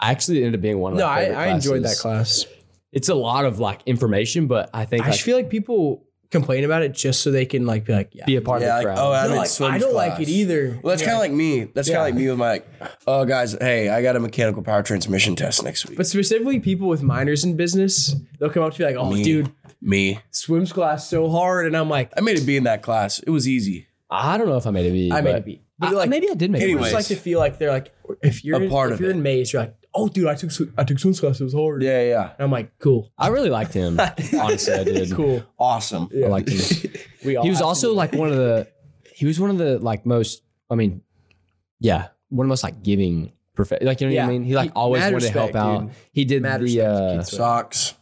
I actually ended up being one of
No,
my
I,
favorite
I enjoyed that
classes.
class.
It's a lot of like information, but I think
I
like,
just feel like people complain about it just so they can like be like, yeah,
be a part
Yeah,
of the
like,
crowd.
oh, I'm
No,
in
like,
swim's
I don't like
class.
it either.
Well, that's kind of like me. That's kind of like me with my, like, oh, guys, hey, I got a mechanical power transmission test next week.
But specifically, people with minors in business, they'll come up to me like, "Oh,
Me.
dude,
me.
swims class so hard," and I'm like,
I made it B in that class. It was easy.
I don't know if I made a B.
"I made
but-
a B." But
I-
they're like,
maybe I did make
I
anyway.
Anyway.
a
just
B.
like to feel like they're like, if you're
A part
if
of
you're
it.
in maze, you're like, "Oh, dude, I took sw- I took swim class. It was hard."
Yeah, yeah.
And I'm like, "Cool,
I really liked him. Honestly, I did.
cool."
Awesome.
I liked him.
We all
he was also like one of the he was one of the like most i mean yeah one of the most like giving prof- like you know
Yeah.
what i mean he like
He-
always
mad
wanted to help
respect,
out
dude.
he did
Mad
the
respect,
uh
Keith.
Socks.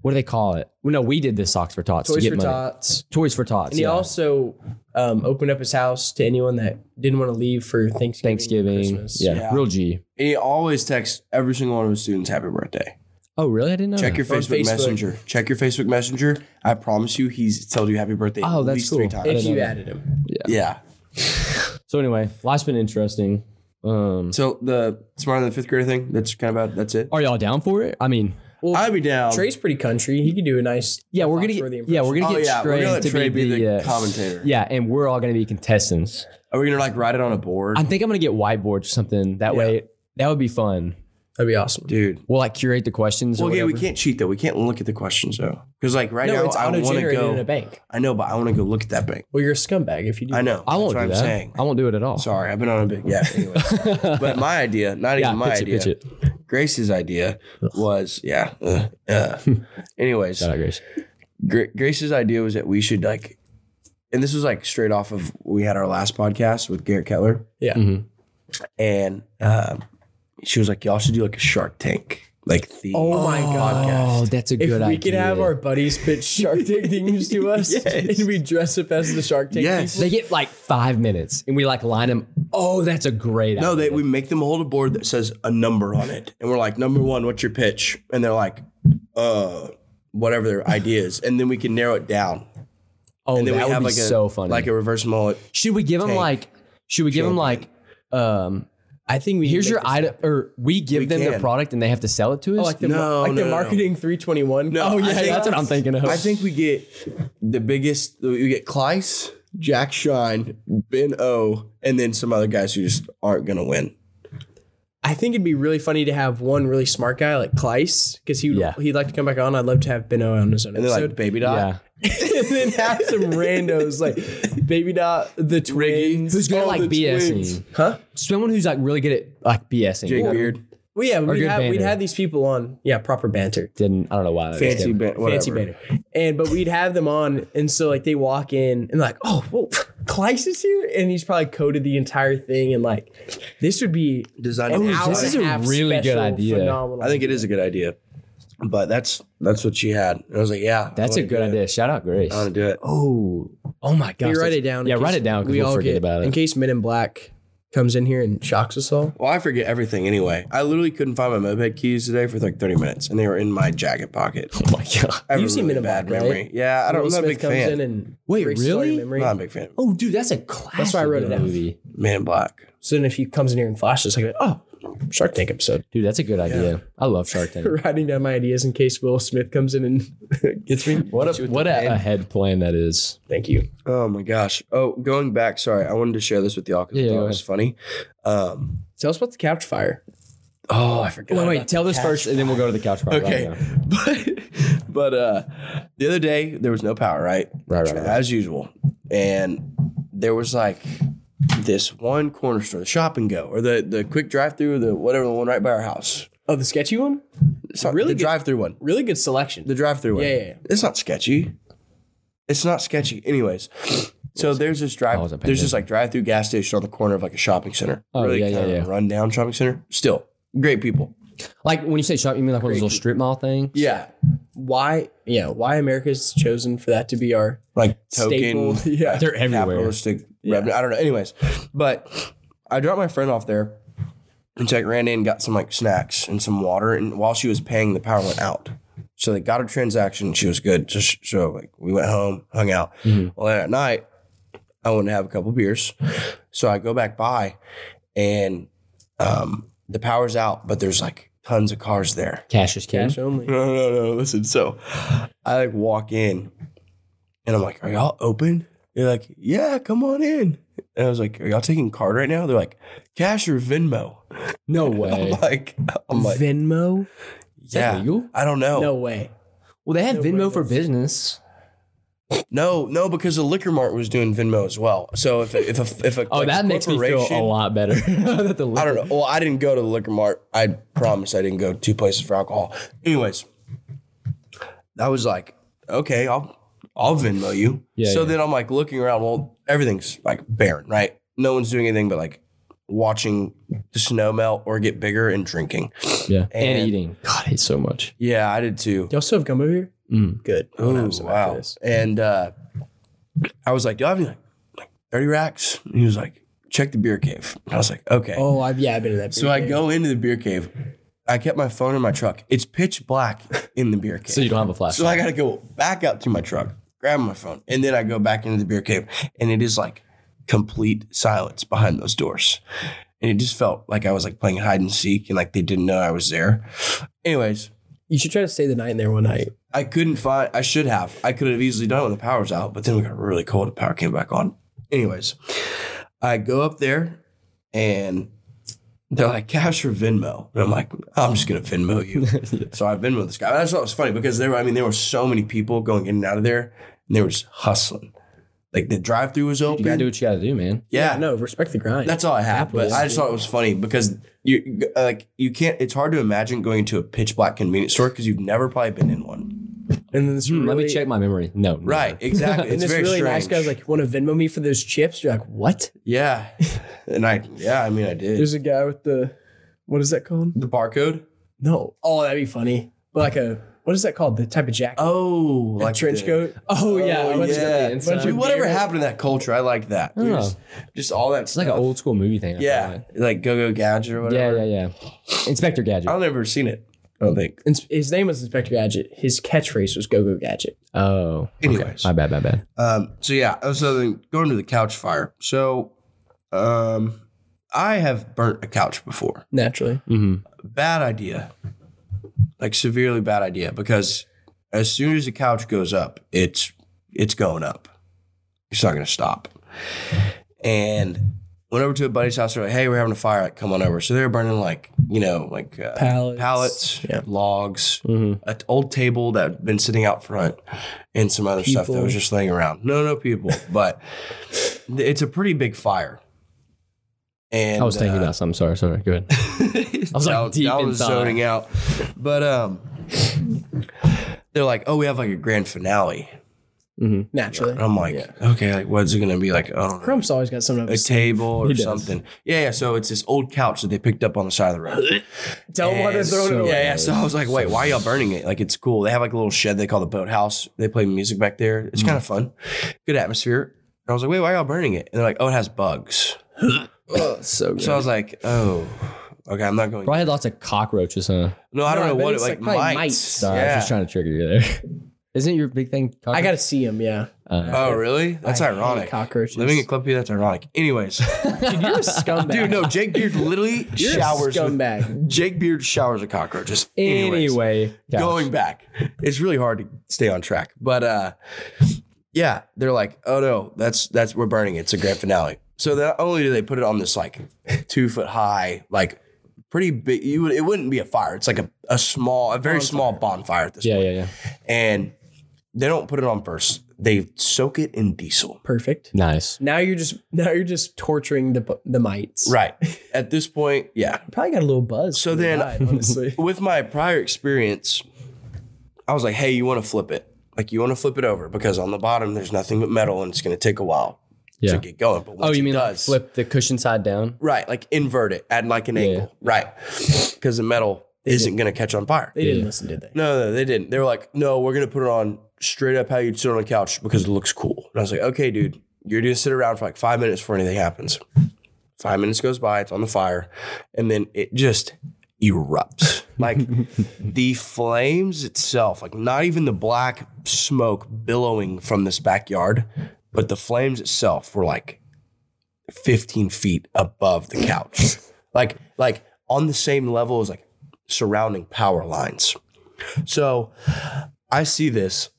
what do they call it well, no we did the socks for tots to
toys
get
for
money
tots.
toys for tots
And he
yeah.
also um, opened up his house to anyone that didn't want to leave for Thanksgiving, and
thanksgiving
Christmas.
yeah.
Yeah.
real g
He always texts every single one of his students happy birthday.
oh really i didn't know
Check
that.
your Facebook,
Facebook.
Messenger. Check your Facebook Messenger. I promise you, he's told you happy birthday
Oh,
at
that's
least
cool.
three times.
It-
If you added him,
yeah.
so anyway life's been interesting um
So the smarter than the fifth grader thing. That's kind of about. That's it.
are y'all down for it i mean
I'd be down.
Trey's pretty country. He could do a nice.
yeah we're gonna
Foxworthy
get yeah we're gonna
oh
get
yeah, we're
Trey
gonna let
to
Trey be the,
uh,
commentator.
yeah and we're all gonna be contestants
Are we gonna like write it on a board,
i think i'm gonna get whiteboards or something that way that would be fun
That'd be awesome.
dude?
We'll like curate the questions.
Well,
or
yeah, we
whatever.
can't cheat though. We can't look at the questions though, because like right
No,
now
it's
I
auto
want to
generated in a
go.
bank.
I know, but I want to go look at that bank.
Well, you're a scumbag if you do.
I know.
I won't
that's what
do
I'm
that.
saying.
I won't do it at all.
Sorry, I've been on a big yeah. Anyways, but my idea, not
Yeah,
even my
pitch
idea,
it, pitch it.
Grace's idea was yeah. Uh, uh. Anyways,
Shout out, Grace.
Gra- Grace's idea was that we should like, and this was like straight off of we had our last podcast with Garrett Kettler,
Mm-hmm.
Yeah.
and um, she was like, y'all should do like a Shark Tank like the
Oh my God.
Oh, that's a
If
good
we
idea.
could have our buddies pitch Shark Tank themes to us,
Yes.
and we dress up as the Shark Tank
Yes.
people,
They get like five minutes, and we like line them. Oh, that's a great
No,
idea.
they, we make them hold a board that says a number on it. And we're like, number one, what's your pitch? And they're like, uh, whatever their idea is. And then we can narrow it down.
oh,
And then
that
we
would
have
be
like a,
so funny.
like a reverse mullet.
should we give them
tank.
like? Should we give them like? Um, I think we here's your item, or we give them the
can.
product and they have to sell it to us.
like the,
No,
like
no,
the
no, no.
marketing 321.
No,
oh
I
yeah,
think-
that's what I'm thinking of.
I think we get the biggest, we get Kleiss, Jack Shine, Ben O, and then some other guys who just aren't going to win.
I think it'd be really funny to have one really smart guy like Kleiss because he
Yeah.
he'd like to come back on. I'd love to have Benno on his own
And they're like,
episode,
Baby Dot.
yeah.
and then have some randos like Baby Dot, the twins,
Who's good at
Oh,
like
the
BSing?
twins.
huh?
Someone who's like really good at like BSing.
Jake
Well,
Beard.
Well, yeah, we'd
good
have, we'd
banter.
have these people on. Yeah, proper banter.
Didn't I don't know why. that just
Fancy,
came-
ba- whatever.
Fancy banter. And but we'd have them on, and so like they walk in and like, oh, well, Kleiss is here, and he's probably coded the entire thing, and like this would be
Design
an
an
hour
Oh, this
and
is a
outfit.
a half
really good
special,
idea.
Phenomenal.
I think it is a good idea. But that's that's what she had. And I was like, yeah. I
That's a
wanna
good
do it.
idea. Shout out Grace.
I want to do it.
Oh, oh my gosh.
Can you write
that's-
it down. in
Yeah,
case
write it down because we will forget
get-
about
In
it.
case Men in Black comes in here and shocks us all.
Well, I forget everything anyway. I literally couldn't find my moped keys today for like 30 minutes, and they were in my jacket pocket.
Oh my god.
I have
You've
a
seen
really
Men in
bad
Black, right?
memory. Yeah, I don't.
Will
I'm not a
Smith
big
comes
fan.
in and
Wait,
erases all your
really?
I'm
memory.
not a big fan.
Oh, dude, that's a classic.
why I wrote it down.
Movie.
Man in Black.
So then if he comes in here and flashes, I go, oh, Shark Tank episode.
Dude, that's a good idea. I love Shark Tank.
Writing down my ideas in case Will Smith comes in and gets me.
What a what a, a head plan that is.
Thank you.
Oh my gosh. Oh, going back. Sorry, I wanted to share this with y'all because
Yeah,
I
go
thought it was funny. Um.
Tell us about the couch fire.
Oh, I forgot.
Wait,
about
wait, tell this first, and then we'll go to the couch. Part
Okay.
Right, now.
but but uh the other day there was no power, right?
Right, right, right.
As usual. And there was like this one corner store, the shop and go, or the the quick drive through, the whatever the one right by our house.
Oh, the sketchy one?
It's not-
Really
the
good-
drive through one.
Really good selection.
The drive through one.
Yeah, yeah, yeah.
It's not sketchy. It's not sketchy. Anyways. So there's this
I
drive
wasn't paying
there's this like drive through gas station on the corner of like a shopping center.
Oh,
really
yeah, yeah,
kind of
yeah.
run down shopping center. Still. Great people.
Like when you say shop, you mean like one of those little strip mall things?
Yeah.
Why? Yeah, why America's chosen for that to be our
Like token.
staple? Yeah.
They're everywhere.
capitalistic revenue. I don't know. Anyways, but I dropped my friend off there, and she like ran in, got some like snacks and some water, and while she was paying, the power went out. So they got her transaction. She was good. So, sh- so like we went home, hung out.
Mm-hmm.
Well, then at night, I wanted to have a couple beers, so I go back by, and um, the power's out, but there's like tons of cars there.
Cash is cash.
Cash only.
No, no, no. Listen, so I like walk in and I'm like, Are y'all open? They're like, Yeah, come on in. And I was like, Are y'all taking card right now? They're like, Cash or Venmo?
No
I'm
way.
like, I'm like,
Venmo?
that
Yeah.
legal?
I don't know. No.
No way.
Well, they have
No way
Venmo for
that's-
business.
no, because the liquor mart was doing Venmo as well. So if a, if a, if a
Oh,
like,
that makes me feel a
corporation-
lot better. That the
I don't know. Well, I didn't go to the liquor mart. I promise I didn't go two places for alcohol. Anyways, I was like, okay, I'll I'll Venmo you.
Yeah,
so
yeah.
then I'm like looking around. Well, everything's like barren, right? No one's doing anything but like watching the snow melt or get bigger and drinking.
Yeah, and,
And-
eating. God, I hate so much.
Yeah, I did too.
Y'all still have gumbo here?
Mm.
Good. I'm gonna
Oh
have some after
wow.
this.
And uh, I was like, do I have any like, like 30 racks? And he was like, check the beer cave. I was like, okay.
Oh, I've yeah, I've been in that.
So I go into the beer cave. I kept my phone in my truck. It's pitch black in the beer cave.
So you don't have a flash.
So I got to go back up to my truck, grab my phone, and then I go back into the beer cave. And it is like complete silence behind those doors. And it just felt like I was like playing hide and seek and like they didn't know I was there. Anyways,
You should try to stay the night in there one night.
I couldn't find, I should have. I could have easily done it when the power's out, but then we got really cold. The power came back on. Anyways, I go up there and they're like, cash or Venmo? And I'm like, I'm just going to Venmo you. So I Venmo this guy. That's what was funny because there, were- I mean, there were so many people going in and out of there and they were just hustling. Like the drive through was
You gotta
open.
do what you gotta do, man.
yeah.
No, respect the grind.
That's all I have. But
Apples,
I just thought it was funny because you like you can't. It's hard to imagine going to a pitch black convenience store because you've never probably been in one.
and then this
Hmm,
really,
Let me check my memory. No, no.
Right. Exactly.
And
it's
this
very
really
strange.
nice guy's like, "Want to Venmo me for those chips?" You're like, "What?"
Yeah. And I, yeah, I mean, I did.
a guy with the, what is that called?
the barcode?
No. Oh, that'd be funny. But like a what is that called? The type of jacket.
Oh,
A trench coat.
Oh yeah,
Oh,
I went to
yeah.
the inside.
Dude, whatever happened to that culture? I like that.
I don't know.
Just, just all that
It's like an old school movie thing. I feel
Yeah,
like.
like Go Go Gadget or
Yeah,
whatever.
yeah, yeah. Inspector Gadget.
I've never seen it. I don't think.
Ins- His name was Inspector Gadget. His catchphrase was "Go Go Gadget."
Oh. okay.
Anyways.
My bad, my bad.
Um, so yeah, so then going to the couch fire. So, um, I have burnt a couch before.
Naturally,
hmm
Bad idea, like severely bad idea, because as soon as the couch goes up, it's it's going up. It's not gonna stop. And went over to a buddy's house. They're like, "Hey, we're having a fire. Like, come on over." So they're burning like you know like uh,
pallets.
pallets,
Yeah.
logs,
hmm
an old table that had been sitting out front and some other stuff that
People.
was just laying around. No, no people, but it's a pretty big fire. And
I was thinking
uh,
about something. Sorry, sorry. Go ahead. I was, like,
that-
deep
that was
in thought.
zoning out. But um they're like, "Oh, we have like a grand finale."
Naturally,
And I'm like, "Okay, like what's it going to be like?" I don't know.
Crump's always got something. Up
A
his-
table or
He does.
something. Yeah, yeah. So it's this old couch that they picked up on the side of the road.
Don't want to
And
throw it
so-
away.
Yeah, yeah. So I was like, wait, why are y'all burning it? Like, it's cool. They have like a little shed they call the boathouse. They play music back there.
Mm.
It's kind of fun. Good atmosphere. And I was like, wait, why are y'all burning it? And they're like, oh, it has bugs.
so
So I was like, oh, okay, I'm not going.
Probably had lots of cockroaches, huh?
No, I don't
No, I
know
bet
what it
it's,
like,
like,
like mites.
probably mites.
Sorry, I was just
Yeah.
trying to trigger you there. Isn't your big thing?
I
Cockroach?
got to see him. Yeah,
Uh,
Oh, really? That's
I hate
ironic.
cockroaches.
Living in Clippy, that's ironic. Anyways,
dude, you're a scumbag.
dude, no, Jake Beard literally
you're
showers.
a
With,
scumbag.
Jake Beard showers of cockroaches. Anyways.
anyway, gosh.
going back. It's really hard to stay on track. But uh yeah, they're like, oh no, that's that's we're burning it. It's a grand finale. So not only do they put it on this like two foot high, like pretty big you would it wouldn't be a fire. It's like a, a small, a very small bonfire at this
Yeah,
point.
yeah, yeah.
And they don't put it on first. They soak it in diesel.
Perfect.
Nice.
Now you're just now you're just torturing the the mites.
Right. At this point, yeah.
Probably got a little buzz.
So
from the
then-
ride, honestly,
with my prior experience, I was like, hey, you want to flip it? Like, you want to flip it over because on the bottom, there's nothing but metal and it's going to take a while
Yeah.
to get going. But once
Oh,
it
you mean like
does,
flip the cushion side down?
Right. Like, invert it at like an angle. Right. Because the metal isn't going to catch on fire.
they didn't listen, did they?
No, no, they didn't. They were like, no, we're going to put it on straight up how you'd sit on a couch because it looks cool. And I was like, okay, dude, you're going to sit around for like five minutes before anything happens. Five minutes goes by, it's on the fire, and then it just erupts. Like the flames itself, like not even the black smoke billowing from this backyard, but the flames itself were like 15 feet above the couch. Like, like on the same level as like surrounding power lines. So I see this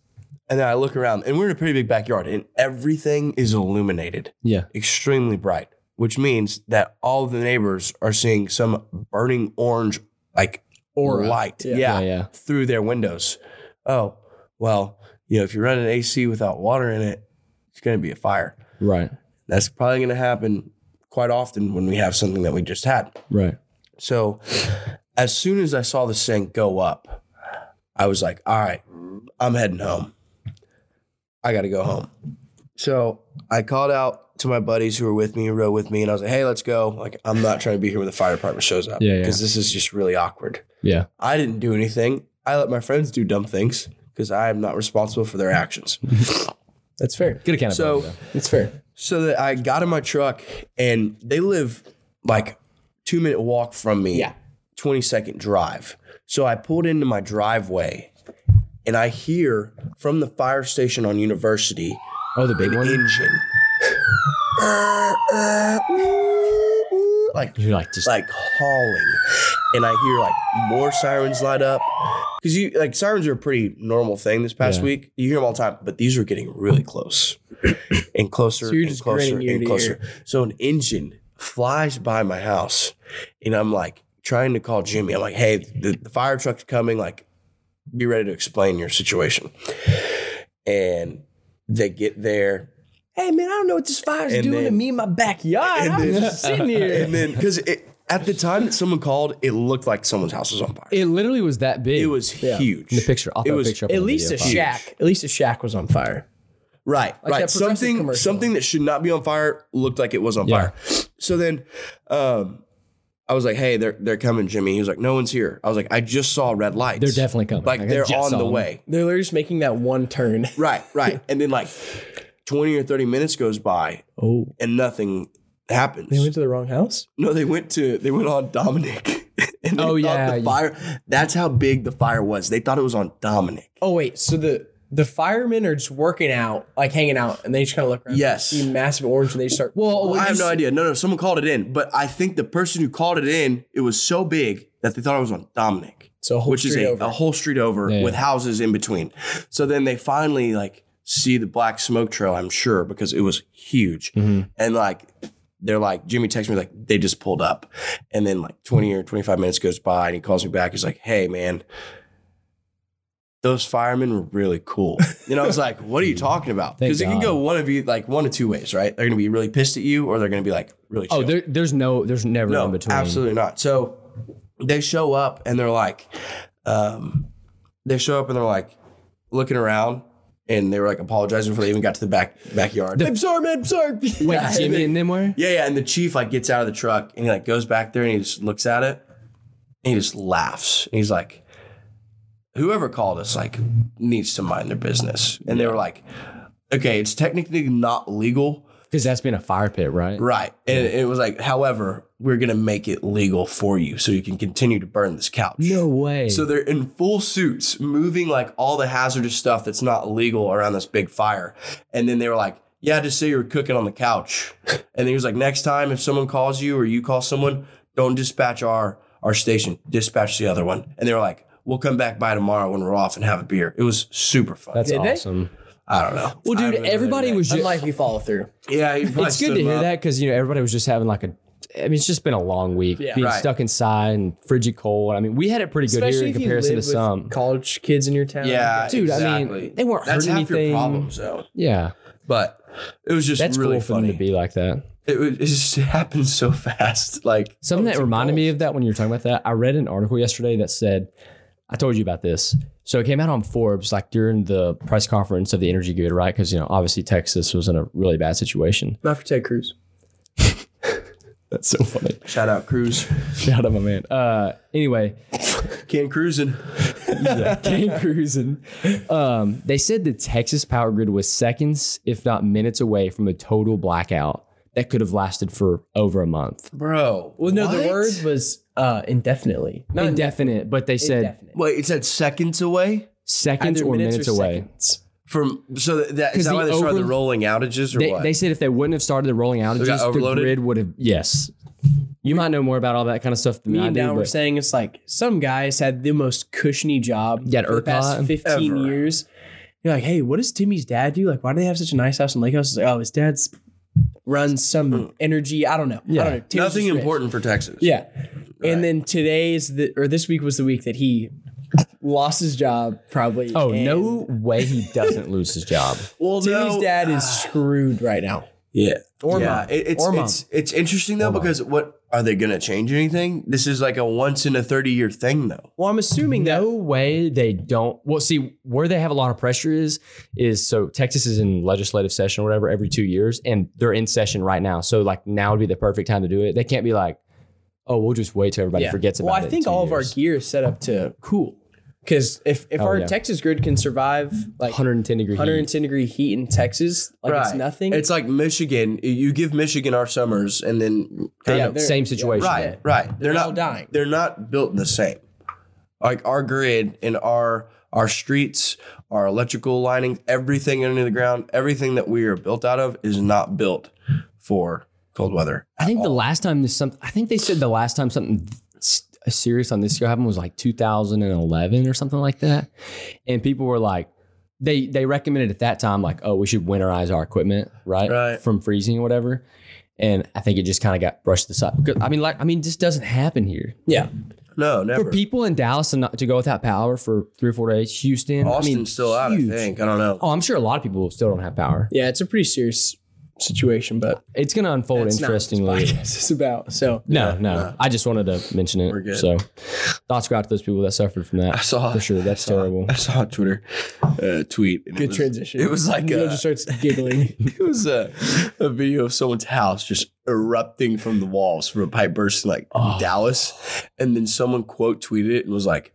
and then I look around and we're in a pretty big backyard and everything is illuminated
Yeah.
extremely bright, which means that all the neighbors are seeing some burning orange like
Aura.
light.
Yeah.
Yeah,
yeah
yeah.
through their windows. Oh, well, you know, if you run an AC without water in it, it's going to be a fire.
Right,
That's probably going to happen quite often when we have something that we just had.
right.
So, as soon as I saw this thing go up, I was like, all right, I'm heading home. I got to go home. So, I called out to my buddies who were with me, who rode with me, and I was like, hey, let's go. Like, I'm not trying to be here when the fire department shows up
Yeah, yeah.
because this is just really awkward.
Yeah,
I didn't do anything. I let my friends do dumb things because I am not responsible for their actions.
That's fair.
good account.
So-
That's fair.
so that I got in my truck and they live like two minute walk from me,
Yeah.
20 second drive. So I pulled into my driveway and I hear from the fire station on University
oh, the big
an
one.
engine. like
You're like just
like hauling and i hear like more sirens light up because you like sirens are a pretty normal thing this past
Yeah.
week you hear them all the time but these were getting really close and closer
So you're
and
just
closer
grinning ear
and
to
closer so an engine flies by my house and i'm like trying to call jimmy i'm like hey the, the fire truck's coming like be ready to explain your situation and they get there
Hey man, I don't know what this fire's
And
doing to
then-
me in my backyard. I'm
then-
just sitting here.
and then because at the time that someone called it looked like someone's house was on fire
It literally was that big.
It was
Yeah.
huge.
the picture. I'll
it
throw
was
a picture up
At
on the
least a
video.
shack. At least a shack was on fire.
right, right.
that Progressive
Something
commercial.
something that should not be on fire looked like it was on
Yeah.
fire. So then, um, I was like, hey, they're they're coming, Jimmy. He was like, no one's here. I was like, I just saw red lights.
They're definitely coming.
like
I
they're
just
on
saw
the
them.
way.
They're literally just making that one turn.
Right, right. and then like twenty or thirty minutes goes by
Oh,
and nothing happens.
they went to the wrong house.
no, they went to they went on Dominic. and they
Oh,
thought
yeah,
the
yeah.
fire. That's how big the fire was. They thought it was on Dominic.
Oh wait, so the the firemen are just working out, like hanging out, and they just kind of look around.
Yes.
see massive orange, and they start.
Well,
I
I
have no idea. No, no, someone called it in, but I think the person who called it in, it was so big that they thought it was on Dominic,
so a whole
which is
street
a,
over.
a whole street over
Yeah.
with houses in between. So then they finally like see the black smoke trail, I'm sure, because it was huge.
Mhm.
And like they're like, Jimmy texts me like they just pulled up. And then like 20 or 25 minutes goes by and he calls me back. He's like, Hey man, those firemen were really cool. And I was like, What are you talking about?
Thank
Because it can
God.
go one of you like one of two ways, right? They're gonna be really pissed at you or they're gonna be like really
Oh,
chill.
there, there's no, there's never
no,
in between.
Absolutely not. So they show up and they're like, um, they show up and they're like looking around and they were like apologizing before they even got to the back backyard.
I'm sorry, man. I'm sorry.
Wait,
Yeah.
Jimmy and them were?
Yeah, yeah. And the chief like gets out of the truck and he like goes back there and he just looks at it and he just laughs. And he's like, whoever called us like needs to mind their business. And they were like, okay, it's technically not legal.
Because that's been a fire pit, right?
Right. And it was like, however, we're going to make it legal for you so you can continue to burn this couch.
No way.
So they're in full suits, moving like all the hazardous stuff that's not legal around this big fire. And then they were like, Yeah, just say you were cooking on the couch. And he was like, Next time, if someone calls you or you call someone, don't dispatch our our station, dispatch the other one. And they were like, We'll come back by tomorrow when we're off and have a beer. It was super fun.
that's
Did they?
awesome.
I don't know.
Well,
I
dude,
don't know
everybody
anything.
was just.
Unlikely follow through.
Yeah, he probably
it's good
stood
to
him
hear
up.
that because you know everybody was just having like a. I mean, it's just been a long week.
Yeah.
being
Right.
stuck inside and frigid cold. I mean, we had it pretty good here in comparison to some.
college kids in your town.
Yeah,
Dude, I mean,
exactly.
they weren't
That's
hurting
half your
anything.
problems though.
yeah,
But it was just
that's
really
cool for
funny.
them to be like that.
It, was, it just happened so fast. Like
Something that reminded me of that when you were talking about that, I read an article yesterday that said, I told you about this. So it came out on Forbes like during the press conference of the energy grid, right? Because, you know, obviously Texas was in a really bad situation.
Not for Ted Cruz.
That's so funny.
shout out Cruz,
Shout out, my man. Uh, anyway,
can cruising.
King Cruising. Um, they said the Texas power grid was seconds, if not minutes away from a total blackout that could have lasted for over a month.
bro.
Well, no,
what?
the word was uh, indefinitely. Not
Indefinite, but they said
indefinite.
Wait, it said seconds away
seconds
Either
or minutes, away.
seconds.
from. So that is
'Cause
that why
the
they started
over-
the rolling outages or
They,
what?
they said if they wouldn't have started the rolling outages, the
overloaded?
grid would have. Yes, you might know more about all that kind of stuff than
Me
I
and
do.
Down were
but-
saying it's like some guys had the most cushiony job
Yeah, at
for the past
ERCOT.
15
Ever.
years. You're like, hey, what does Timmy's dad do? Like, why do they have such a nice house in Lake House? It's like, oh, his dad's runs some energy. I don't know. I
Hmm. Yeah.
don't know. Tim's
Nothing
just rich.
important for Texas.
Yeah. And then today's the or this week was the week that he lost his job probably.
oh
and
no way, he doesn't lose his job.
Well,
Timmy's
no.
dad is screwed right now.
Yeah.
Or
yeah.
mom.
It- it's,
Or mom.
it's it's interesting though because what are they going to change anything? This is like a once in a thirty year thing though.
Well, I'm assuming that
No way they don't. Well, see, where they have a lot of pressure is is so Texas is in legislative session or whatever every two years, and they're in session right now. So like now would be the perfect time to do it. They can't be like, oh, we'll just wait till everybody
Yeah.
forgets about
well,
it.
I
in
think
two
all of our
years."
gear is set up to cool. Because if, if
Oh,
our
yeah.
Texas grid can survive like
110 degree. heat.
110 degree heat in Texas, like it's
Right.
nothing.
It's like Michigan. You give Michigan our summers, and then
Kind
Oh, Yeah,
of
they're-
same
yeah,
situation.
right,
dead.
right. They're,
They're
not
all dying.
They're not built the same. Like our grid and our our streets, our electrical lining, everything under the ground, everything that we are built out of is not built for cold weather.
I think the last time this some I think they said the last time something s- serious on this show happened was like 2011 or something like that, and people were like, they they recommended at that time like, oh, we should winterize our equipment, right,
Right.
from freezing or whatever, and I think it just kind of got brushed aside. Because, I mean, like, I mean, this doesn't happen here
yeah.
No,
for
never.
people in Dallas to not to go without power for three or four days. Houston, I
Austin's
mean,
still out. I
huge.
think I don't know.
Oh, I'm sure a lot of people still don't have power.
Yeah, it's a pretty serious situation, but
It's going to unfold
that's not what this
interestingly.
podcast is about. So
No,
Yeah,
no,
no.
I just wanted to mention it.
We're good.
So, thoughts go out to those people that suffered from that.
I saw
for sure. That's
I saw-
terrible.
I saw a Twitter uh, tweet. and it
good
was-
transition.
It was like
Neil
a,
just starts giggling.
it was a, a video of someone's house just erupting from the walls from a pipe burst in like
Oh.
Dallas, and then someone quote tweeted it and was like.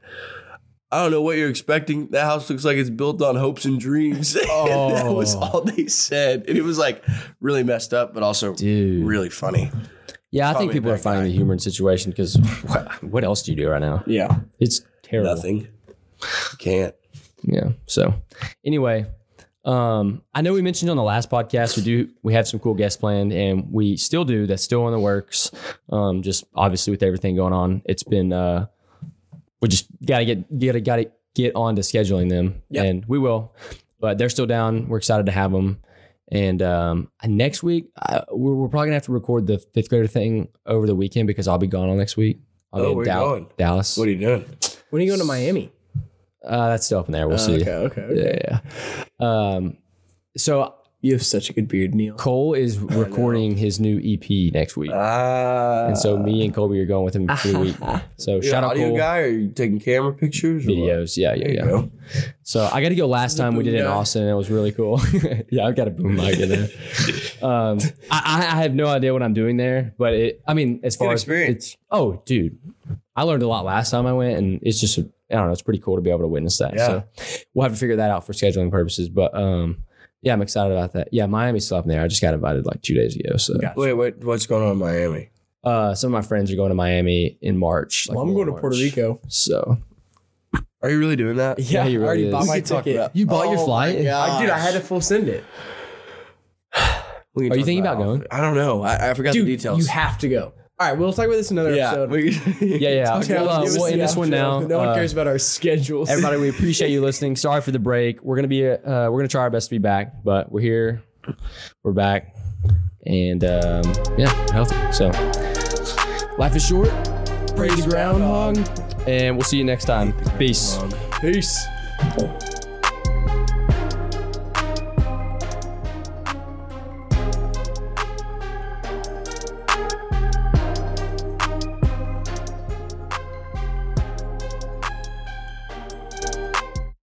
I don't know what you're expecting. That house looks like it's built on hopes and dreams. and that was
Oh.
all they said. And it was like really messed up, but also
Dude.
really funny.
Yeah, I think
Probably
people are
that
finding
guy.
the humor in situation because what else do you do right now?
yeah.
It's terrible.
Nothing. Can't.
Yeah. So, anyway, um, I know we mentioned on the last podcast we do we have some cool guests planned, and we still do. That's still in the works. Um, just obviously with everything going on, it's been uh, we just gotta get gotta gotta get on to scheduling them,
Yep.
and we will. But they're still down. We're excited to have them. And um, next week, I, we're, we're probably gonna have to record the fifth grader thing over the weekend because I'll be gone all next week. I'll
Oh,
be
where you
Dal-
going?
Dallas.
What are you doing?
When are you going to Miami?
Uh, that's still up in there. We'll see.
okay, okay, okay.
Yeah, yeah. Um, so
You have such a good beard, Neil.
Cole is recording his new EP next week,
Ah.
and so me and Colby are going with him for the week. So
You're
shout
an
out
audio
Cole.
guy, or you taking camera pictures? Or what?
Videos, yeah, yeah,
There you
yeah.
go.
So I got to go. Last time we did it in
boom guy.
Austin, and it was really cool. yeah, I've got a boom mic in there. Um, I, I I have no idea what I'm doing there, but it, I mean, as far
Good
as
experience.
oh, dude, I learned a lot last time I went, and it's just I I don't know, it's pretty cool to be able to witness that.
Yeah.
So we'll have to figure that out for scheduling purposes, but um, yeah, I'm excited about that. Yeah, Miami's still up in there. I just got invited like two days ago, so
Gotcha.
Wait, wait. What's going on in Miami?
uh, some of my friends are going to Miami in March. like
well, I'm
middle
going to
of
Puerto
March.
Rico.
So
Are you really doing that?
Yeah, he
I already
really
bought
is.
my
We
ticket.
you bought your
Oh my
flight?
God.
I, dude, I had to full send it.
We can
Are you
talk
thinking
it
about
off.
going?
I don't know. I, I forgot
Dude,
the details.
you have to go. All right, we'll talk about this in another
yeah.
episode.
we-
Yeah, yeah.
Okay,
we'll, uh,
give us
we'll
the
end this one now.
outro. No one
Uh,
cares about our schedules.
Everybody, we appreciate you listening. Sorry for the break. We're gonna be uh, we're gonna try our best to be back, but we're here. We're back, and um, yeah, we're healthy. So life is short. Praise groundhog, and we'll see you next time. Peace.
Peace.